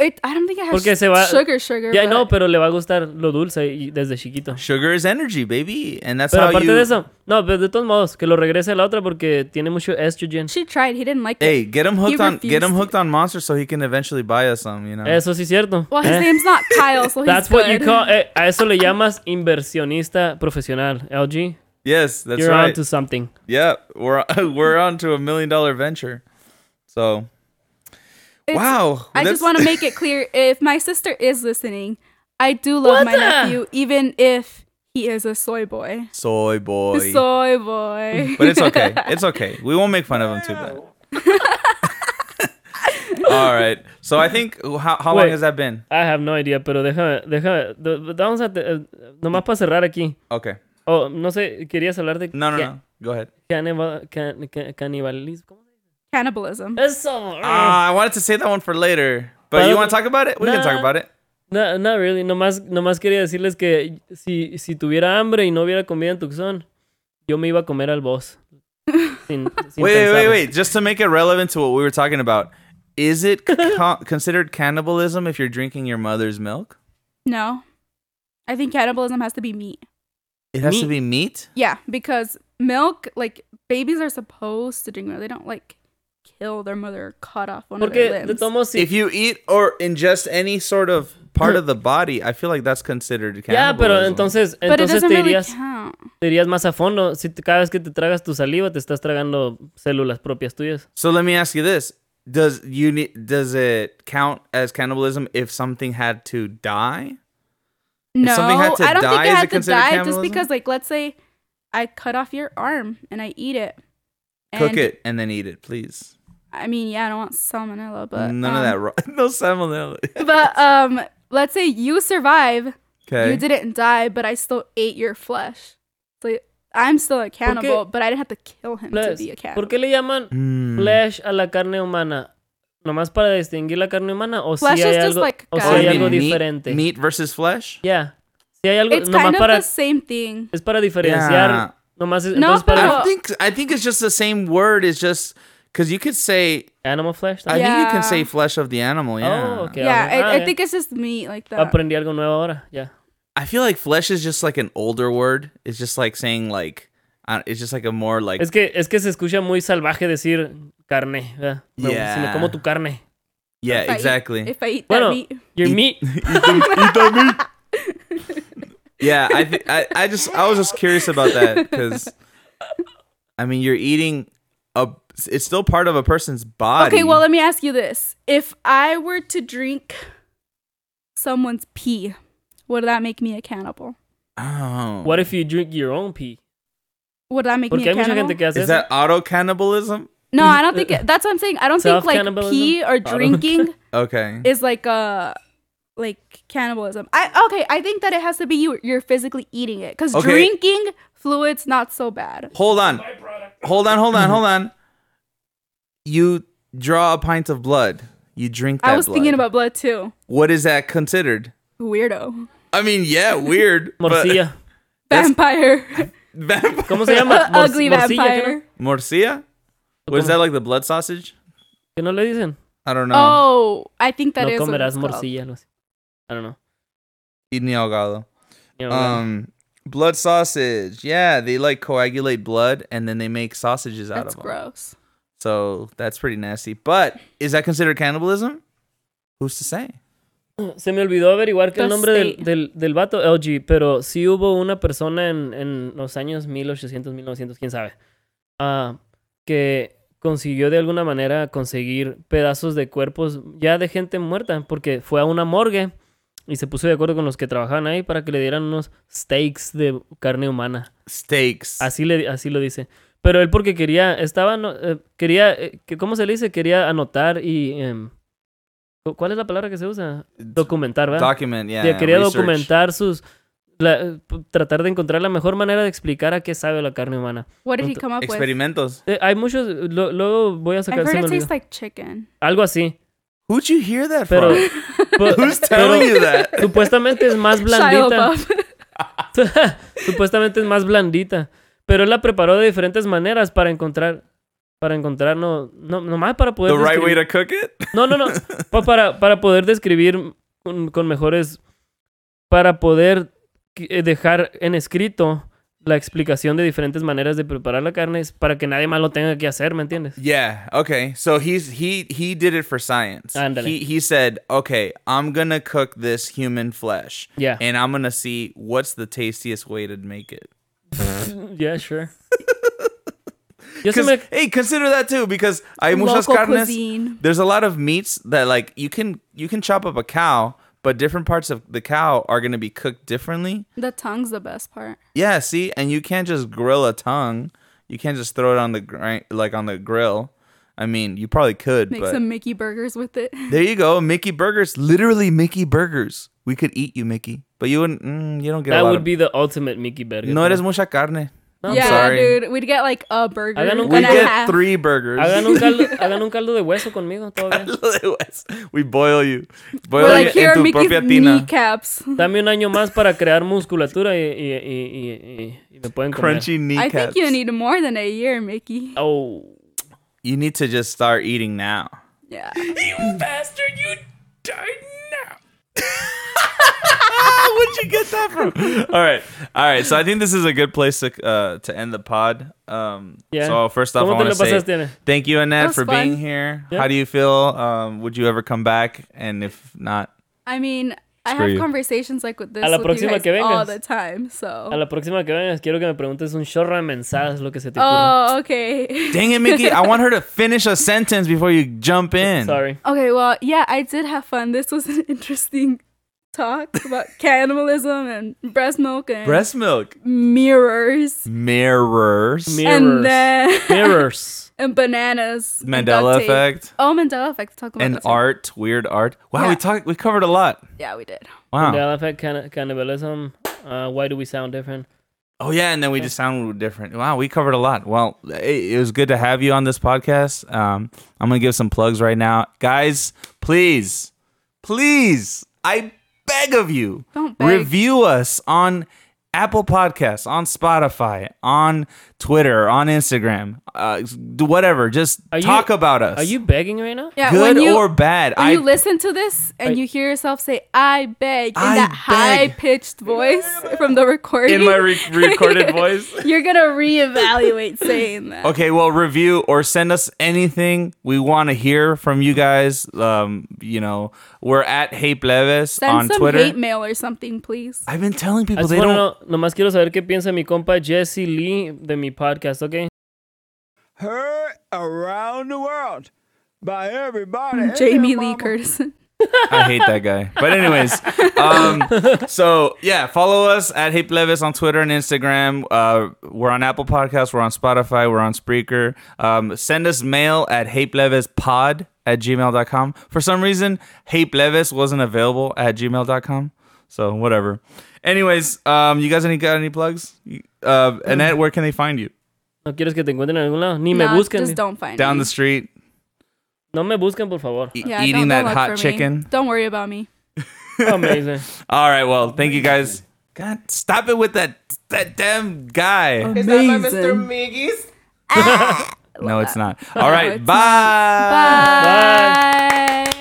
Speaker 3: It, I don't think it has
Speaker 2: Porque se va-
Speaker 3: sugar, sugar.
Speaker 2: Ya,
Speaker 3: but-
Speaker 2: no, pero le va a gustar lo dulce y- desde chiquito.
Speaker 1: Sugar is energy, baby, and that's
Speaker 2: Pero
Speaker 1: how
Speaker 2: aparte
Speaker 1: you.
Speaker 2: de eso, no, pero de todos modos, que lo regrese a la otra porque tiene mucho estrogen.
Speaker 3: she tried. He didn't like
Speaker 1: Hey,
Speaker 3: it.
Speaker 1: get him hooked on get him
Speaker 3: refused
Speaker 1: hooked on Monster so he can eventually buy us some. You know.
Speaker 2: Eso sí es cierto.
Speaker 3: Well, his
Speaker 2: Eh,
Speaker 3: name's not Kyle, so he's
Speaker 2: That's what you
Speaker 3: good.
Speaker 2: call, eh, a eso le llamas inversionista profesional, LG.
Speaker 1: yes, that's
Speaker 2: You're
Speaker 1: right.
Speaker 2: on to something.
Speaker 1: yeah, we're we're on to a million dollar venture. So.
Speaker 3: It's-
Speaker 1: wow.
Speaker 3: I
Speaker 1: that's-
Speaker 3: just want to make it clear if my sister is listening, I do love
Speaker 2: What
Speaker 3: my
Speaker 2: the-
Speaker 3: nephew, even if he is a soy boy.
Speaker 1: soy boy.
Speaker 3: Soy boy.
Speaker 1: But it's okay. It's okay. We won't make fun of him too bad. All right. So I think how, how long
Speaker 2: Wait.
Speaker 1: has that been?
Speaker 2: I have no idea, pero déjame, déjame, d- d- vamos a, te- eh, nomás para cerrar aquí.
Speaker 1: Okay.
Speaker 2: Oh, no sé, querías hablar de
Speaker 1: No, no,
Speaker 2: ca-
Speaker 1: no. Go ahead.
Speaker 2: Mm. canibal- can- can- canibalismo. ¿Cómo se dice?
Speaker 3: Cannibalism.
Speaker 2: Eso.
Speaker 1: Ah, I wanted to say that one for later. But
Speaker 2: But-
Speaker 1: you want to talk about it? We can
Speaker 2: Nah.
Speaker 1: talk about it.
Speaker 2: No, no, really. Nomás, nomás quería decirles que si, si tuviera hambre y no hubiera comida en Tucson, yo me iba a comer al boss. Sin, sin
Speaker 1: Wait, wait, wait,
Speaker 2: pensarlo.
Speaker 1: wait. Just to make it relevant to what we were talking about, is it con- considered cannibalism if you're drinking your mother's milk?
Speaker 3: No. I think cannibalism has to be meat.
Speaker 1: It has to
Speaker 2: Meat.
Speaker 1: be meat.
Speaker 3: Yeah, because milk, like babies are supposed to drink milk. They don't like kill their mother or cut off one of their
Speaker 2: Porque de
Speaker 3: limbs.
Speaker 2: todos modos, si-
Speaker 1: If you eat or ingest any sort of part of the body, I feel like that's considered
Speaker 2: Ya,
Speaker 1: cannibalism.
Speaker 2: pero uh, entonces,
Speaker 3: But it
Speaker 2: entonces
Speaker 3: doesn't
Speaker 2: te
Speaker 3: really
Speaker 2: irías,
Speaker 3: count.
Speaker 2: te irías más a fondo. Si te- cada vez que te tragas tu saliva, te estás tragando células propias tuyas.
Speaker 1: So let me ask you this: Does you need, does it count as cannibalism if something had to die?
Speaker 3: No,
Speaker 1: something had to
Speaker 3: I don't
Speaker 1: die, is
Speaker 3: think it
Speaker 1: it
Speaker 3: had to
Speaker 1: considered
Speaker 3: die just
Speaker 1: cannibalism?
Speaker 3: because, like, let's say I cut off your arm and I eat it.
Speaker 1: Cook
Speaker 3: and-
Speaker 1: it and then eat it, please.
Speaker 3: I mean, yeah, I don't want salmonella, but
Speaker 1: None
Speaker 3: um,
Speaker 1: of that. Raw, no salmonella.
Speaker 3: but um let's say you survive
Speaker 1: Okay.
Speaker 3: you didn't die but i still ate your flesh so i'm still a cannibal but i didn't have to kill him to
Speaker 2: Flesh.
Speaker 3: be a cannibal
Speaker 2: ¿Por qué le llaman
Speaker 1: Mm.
Speaker 2: flesh a la carne humana? ¿Nomás para distinguir la carne humana? ¿O si
Speaker 3: Flesh is
Speaker 2: hay
Speaker 3: just
Speaker 2: algo,
Speaker 3: like
Speaker 2: o si
Speaker 1: Oh,
Speaker 3: carne.
Speaker 2: hay
Speaker 1: you
Speaker 3: Soy
Speaker 1: mean
Speaker 2: algo
Speaker 1: meat-
Speaker 2: diferente?
Speaker 1: Meat versus flesh.
Speaker 2: Ya. Si hay algo,
Speaker 3: it's
Speaker 2: nomás
Speaker 3: kind of
Speaker 2: para,
Speaker 3: the same thing
Speaker 2: es para diferenciar.
Speaker 1: Yeah.
Speaker 2: Nomás es,
Speaker 3: No,
Speaker 2: entonces
Speaker 1: I
Speaker 2: para
Speaker 3: pero-
Speaker 1: don't think. I think it's just the same word. It's just because you could say.
Speaker 2: Animal Flesh.
Speaker 1: I
Speaker 2: también.
Speaker 1: think you can say
Speaker 3: Yeah.
Speaker 1: flesh of the animal. Yeah.
Speaker 2: Oh, okay.
Speaker 3: yeah
Speaker 2: okay.
Speaker 3: I,
Speaker 2: Ah,
Speaker 3: I
Speaker 2: ya.
Speaker 3: think it's just meat like that
Speaker 2: Aprendí algo nuevo ahora. Ya.
Speaker 1: I feel like flesh is just like an older word. It's just like saying like. I- It's just like a more like.
Speaker 2: Es que es que se escucha muy salvaje decir carne. ¿verdad? Me-
Speaker 1: Yeah.
Speaker 2: Si me como tu carne.
Speaker 1: yeah,
Speaker 3: If I eat-
Speaker 1: exactly.
Speaker 3: if i eat that
Speaker 2: Bueno,
Speaker 3: meat
Speaker 2: your
Speaker 1: Y-
Speaker 2: meat.
Speaker 1: yeah i think I, I just i was just curious about that because i mean you're eating a it's still part of a person's body
Speaker 3: okay well let me ask you this if i were to drink someone's pee would that make me a cannibal
Speaker 1: oh.
Speaker 2: What if you drink your own pee?
Speaker 3: would that make me
Speaker 2: Porque hay
Speaker 3: a
Speaker 2: mucha
Speaker 3: cannibal
Speaker 2: gente que hace
Speaker 1: is
Speaker 2: eso.
Speaker 1: that auto cannibalism
Speaker 3: no i don't think it, that's what i'm saying i don't think like
Speaker 2: Self-cannibalism?
Speaker 3: pee or
Speaker 2: don't-
Speaker 3: drinking
Speaker 1: okay
Speaker 3: is like uh like cannibalism. I okay, I think that it has to be you you're physically eating it cuz
Speaker 1: Okay.
Speaker 3: drinking fluids not so bad.
Speaker 1: hold on hold on hold on hold on you draw a pint of blood you drink that
Speaker 3: I was
Speaker 1: blood.
Speaker 3: thinking about blood too.
Speaker 1: what is that considered
Speaker 3: Weirdo.
Speaker 1: i mean yeah weird but-
Speaker 2: Morcilla.
Speaker 1: That's-
Speaker 3: Vampire.
Speaker 1: Vamp-
Speaker 2: ¿Cómo se llama?
Speaker 3: Uh, ugly
Speaker 2: Mor- morcilla, ¿qué
Speaker 3: vampire.
Speaker 1: morcilla what is that like the blood sausage
Speaker 2: no? ¿Qué no le dicen?
Speaker 1: i don't know
Speaker 3: Oh, I think that
Speaker 2: no
Speaker 3: is what
Speaker 2: comerás
Speaker 3: it's called.
Speaker 2: morcilla. algo así. I don't know.
Speaker 1: eating ahogado
Speaker 2: You know,
Speaker 1: Um, blood sausage. Yeah, they like coagulate blood and then they make sausages out
Speaker 3: That's
Speaker 1: of them.
Speaker 3: gross.
Speaker 1: So that's pretty nasty. But is that considered cannibalism? Who's to say?
Speaker 2: Se me olvidó averiguar que el
Speaker 3: The
Speaker 2: nombre del,
Speaker 3: state.
Speaker 2: del, del vato LG, pero sí hubo una persona en, en los años 1800, 1900, quién sabe, ah, que consiguió de alguna manera conseguir pedazos de cuerpos ya de gente muerta, porque fue a una morgue y se puso de acuerdo con los que trabajaban ahí para que le dieran unos steaks de carne humana.
Speaker 1: Steaks.
Speaker 2: Así, le, así lo dice. Pero él porque quería, estaba, no- eh, quería, eh, que- ¿cómo se le dice? Quería anotar y... em, ¿cu- ¿Cuál es la palabra que se usa? Documentar, ¿verdad?
Speaker 1: Document, yeah.
Speaker 2: Ya quería
Speaker 1: research.
Speaker 2: documentar sus... la- eh, p- tratar de encontrar la mejor manera de explicar a qué sabe la carne humana.
Speaker 3: What did he
Speaker 2: Ento-
Speaker 3: come up with?
Speaker 1: Experimentos.
Speaker 2: Eh, hay muchos... lo- luego voy a
Speaker 3: I've
Speaker 2: sacar... se
Speaker 3: heard
Speaker 2: me
Speaker 3: it
Speaker 2: olvidó.
Speaker 3: tastes like chicken.
Speaker 2: Algo así.
Speaker 1: Who'd you hear that
Speaker 2: Pero...
Speaker 1: from?
Speaker 2: pu-
Speaker 1: Who's
Speaker 2: pero
Speaker 1: telling you that?
Speaker 2: supuestamente es más
Speaker 3: Shia
Speaker 2: blandita.
Speaker 3: LaBeouf.
Speaker 2: Supuestamente es más blandita. Pero él la preparó de diferentes maneras para encontrar. Para encontrar, no. No, nomás para poder.
Speaker 1: The right way to
Speaker 2: describir-
Speaker 1: cook it?
Speaker 2: No, no, no. Pa- para, para poder describir con, con mejores. Para poder eh, dejar en escrito la explicación de diferentes maneras de preparar la carne es para que nadie más lo tenga que hacer, ¿me entiendes?
Speaker 1: Yeah. Okay. So he's he he did it for science.
Speaker 2: Ándale.
Speaker 1: He he said, "Okay, I'm going to cook this human flesh
Speaker 2: Yeah.
Speaker 1: and I'm going to see what's the tastiest way to make it."
Speaker 2: Yeah, sure. Yo sí
Speaker 1: 'Cause-
Speaker 2: me-
Speaker 1: hey, consider that too because hay muchas
Speaker 3: Local
Speaker 1: carnes.
Speaker 3: cuisine.
Speaker 1: There's a lot of meats that like you can you can chop up a cow, but different parts of the cow are going to be cooked differently.
Speaker 3: The tongue's the best part.
Speaker 1: Yeah, see, and you can't just grill a tongue. You can't just throw it on the grind, like on the grill. I mean, you probably could,
Speaker 3: Make
Speaker 1: but
Speaker 3: some Mickey burgers with it.
Speaker 1: there you go. Mickey burgers, literally Mickey burgers. We could eat you, Mickey, but you wouldn't. Mm, you don't get a
Speaker 2: That
Speaker 1: lot
Speaker 2: would
Speaker 1: of.
Speaker 2: be the ultimate Mickey Burger.
Speaker 1: no eres mucha carne.
Speaker 2: No, I'm
Speaker 3: yeah,
Speaker 1: sorry.
Speaker 3: dude. We'd get like a burger.
Speaker 2: Hagan un
Speaker 3: and
Speaker 1: We
Speaker 3: a
Speaker 2: caldo-
Speaker 1: get
Speaker 3: half.
Speaker 1: three burgers.
Speaker 2: Hagan un caldo, hagan un caldo de hueso conmigo, todo bien.
Speaker 1: we boil you. Boil
Speaker 3: We're
Speaker 1: you
Speaker 3: like, here
Speaker 1: in
Speaker 3: are
Speaker 1: tu
Speaker 3: Mickey's
Speaker 1: propia tina.
Speaker 3: kneecaps.
Speaker 2: Dame un año más para crear musculatura y, y, y- y- y- y me pueden comer.
Speaker 1: Crunchy
Speaker 3: I
Speaker 1: kneecaps.
Speaker 3: think you need more than a year, Mickey.
Speaker 2: Oh.
Speaker 1: You need to just start eating now.
Speaker 3: Yeah.
Speaker 2: You bastard, you died now.
Speaker 1: Where'd you get that from? all right, all right. So I think this is a good place to uh, to end the pod. Um,
Speaker 2: Yeah.
Speaker 1: So first off, I
Speaker 2: ¿Cómo te
Speaker 1: want to
Speaker 2: la
Speaker 1: say
Speaker 2: pasaste, Ana?
Speaker 1: thank you, Annette,
Speaker 3: was
Speaker 1: for
Speaker 3: fun.
Speaker 1: being here.
Speaker 2: Yeah.
Speaker 1: How do you feel? Um, would you ever come back? And if not,
Speaker 3: I mean, I
Speaker 1: Screw
Speaker 3: have
Speaker 1: you.
Speaker 3: conversations like with this
Speaker 2: la
Speaker 3: with you
Speaker 2: próxima
Speaker 3: guys
Speaker 2: que
Speaker 3: all
Speaker 2: vengas.
Speaker 3: the time, so.
Speaker 2: A la próxima que vengas quiero que me preguntes un short de mensadas, lo que se te ocurra.
Speaker 3: Oh, okay.
Speaker 1: dang it, Mickey, I want her to finish a sentence before you jump in.
Speaker 2: Sorry.
Speaker 3: Okay, well, yeah, I did have fun. This was an interesting talk about cannibalism and breast milk and
Speaker 1: Breast milk
Speaker 3: mirrors
Speaker 1: mirrors.
Speaker 2: Mirrors.
Speaker 3: and then
Speaker 2: Mirrors.
Speaker 3: and bananas. and
Speaker 1: Mandela
Speaker 3: duct tape.
Speaker 1: effect.
Speaker 3: Oh, Mandela effect. Talk about
Speaker 1: and
Speaker 3: that too.
Speaker 1: art, weird art. Wow, we
Speaker 3: Yeah.
Speaker 1: talked. We covered a lot.
Speaker 3: Yeah, we did.
Speaker 1: Wow.
Speaker 2: Mandela effect, cann- cannibalism. uh, why do we sound different?
Speaker 1: Oh yeah, and then we just sound different. Wow, we covered a lot. Well, it, it was good to have you on this podcast. Um, I'm gonna give some plugs right now, guys. Please, please, I beg of you,
Speaker 3: Don't beg.
Speaker 1: review us on Apple Podcasts, on Spotify, on Twitter, on Instagram, uh, do whatever. Just
Speaker 2: Are you-
Speaker 1: talk about us.
Speaker 2: Are you begging right now?
Speaker 3: Yeah,
Speaker 1: good
Speaker 3: when you,
Speaker 1: or bad?
Speaker 3: when
Speaker 1: I
Speaker 3: you listen to this and
Speaker 2: I-
Speaker 3: you hear yourself say "I beg" in
Speaker 1: I
Speaker 3: that
Speaker 1: beg.
Speaker 3: high-pitched voice from the recording,
Speaker 1: in my re- recorded voice.
Speaker 3: you're gonna reevaluate saying that.
Speaker 1: Okay, well, review or send us anything we want to hear from you guys. Um, you know, we're at Hey Pleves
Speaker 3: Send
Speaker 1: on
Speaker 3: some
Speaker 1: Twitter.
Speaker 3: hate mail or something, please.
Speaker 1: I've been telling
Speaker 2: I
Speaker 1: people
Speaker 2: just
Speaker 1: they
Speaker 2: wanna
Speaker 1: don't.
Speaker 2: know- nomás quiero saber qué piensa mi compa Jesse Lee de mi podcast, ¿ok?
Speaker 4: heard around the world by everybody. and
Speaker 3: Jamie
Speaker 4: their
Speaker 3: Lee
Speaker 4: mama.
Speaker 3: Curtis.
Speaker 1: I hate that guy. But anyways, um, so yeah, follow us at Hey Pleves on Twitter and Instagram. Uh, we're on Apple Podcasts. We're on Spotify. We're on Spreaker. Um, send us mail at heyplevespod at gmail.com. For some reason, Hey Pleves wasn't available at gmail.com. So whatever. Anyways, um, you guys any got any plugs? You- Uh, Annette, where can they find you?
Speaker 2: No quieres que te encuentren en algún lado. Ni
Speaker 3: Nah,
Speaker 2: me busquen.
Speaker 3: Just don't find
Speaker 1: Down
Speaker 3: me.
Speaker 1: the street,
Speaker 2: No me busquen, por favor.
Speaker 1: e-
Speaker 3: Yeah,
Speaker 1: eating
Speaker 3: don't- don't
Speaker 1: that
Speaker 3: look
Speaker 1: hot
Speaker 3: for me.
Speaker 1: chicken.
Speaker 3: Don't worry about me.
Speaker 2: Oh, Amazing.
Speaker 1: All right. Well, thank you guys. God, stop it with that that damn guy.
Speaker 3: Amazing.
Speaker 1: no, it's not. All right.
Speaker 3: it's
Speaker 1: Bye.
Speaker 3: Bye.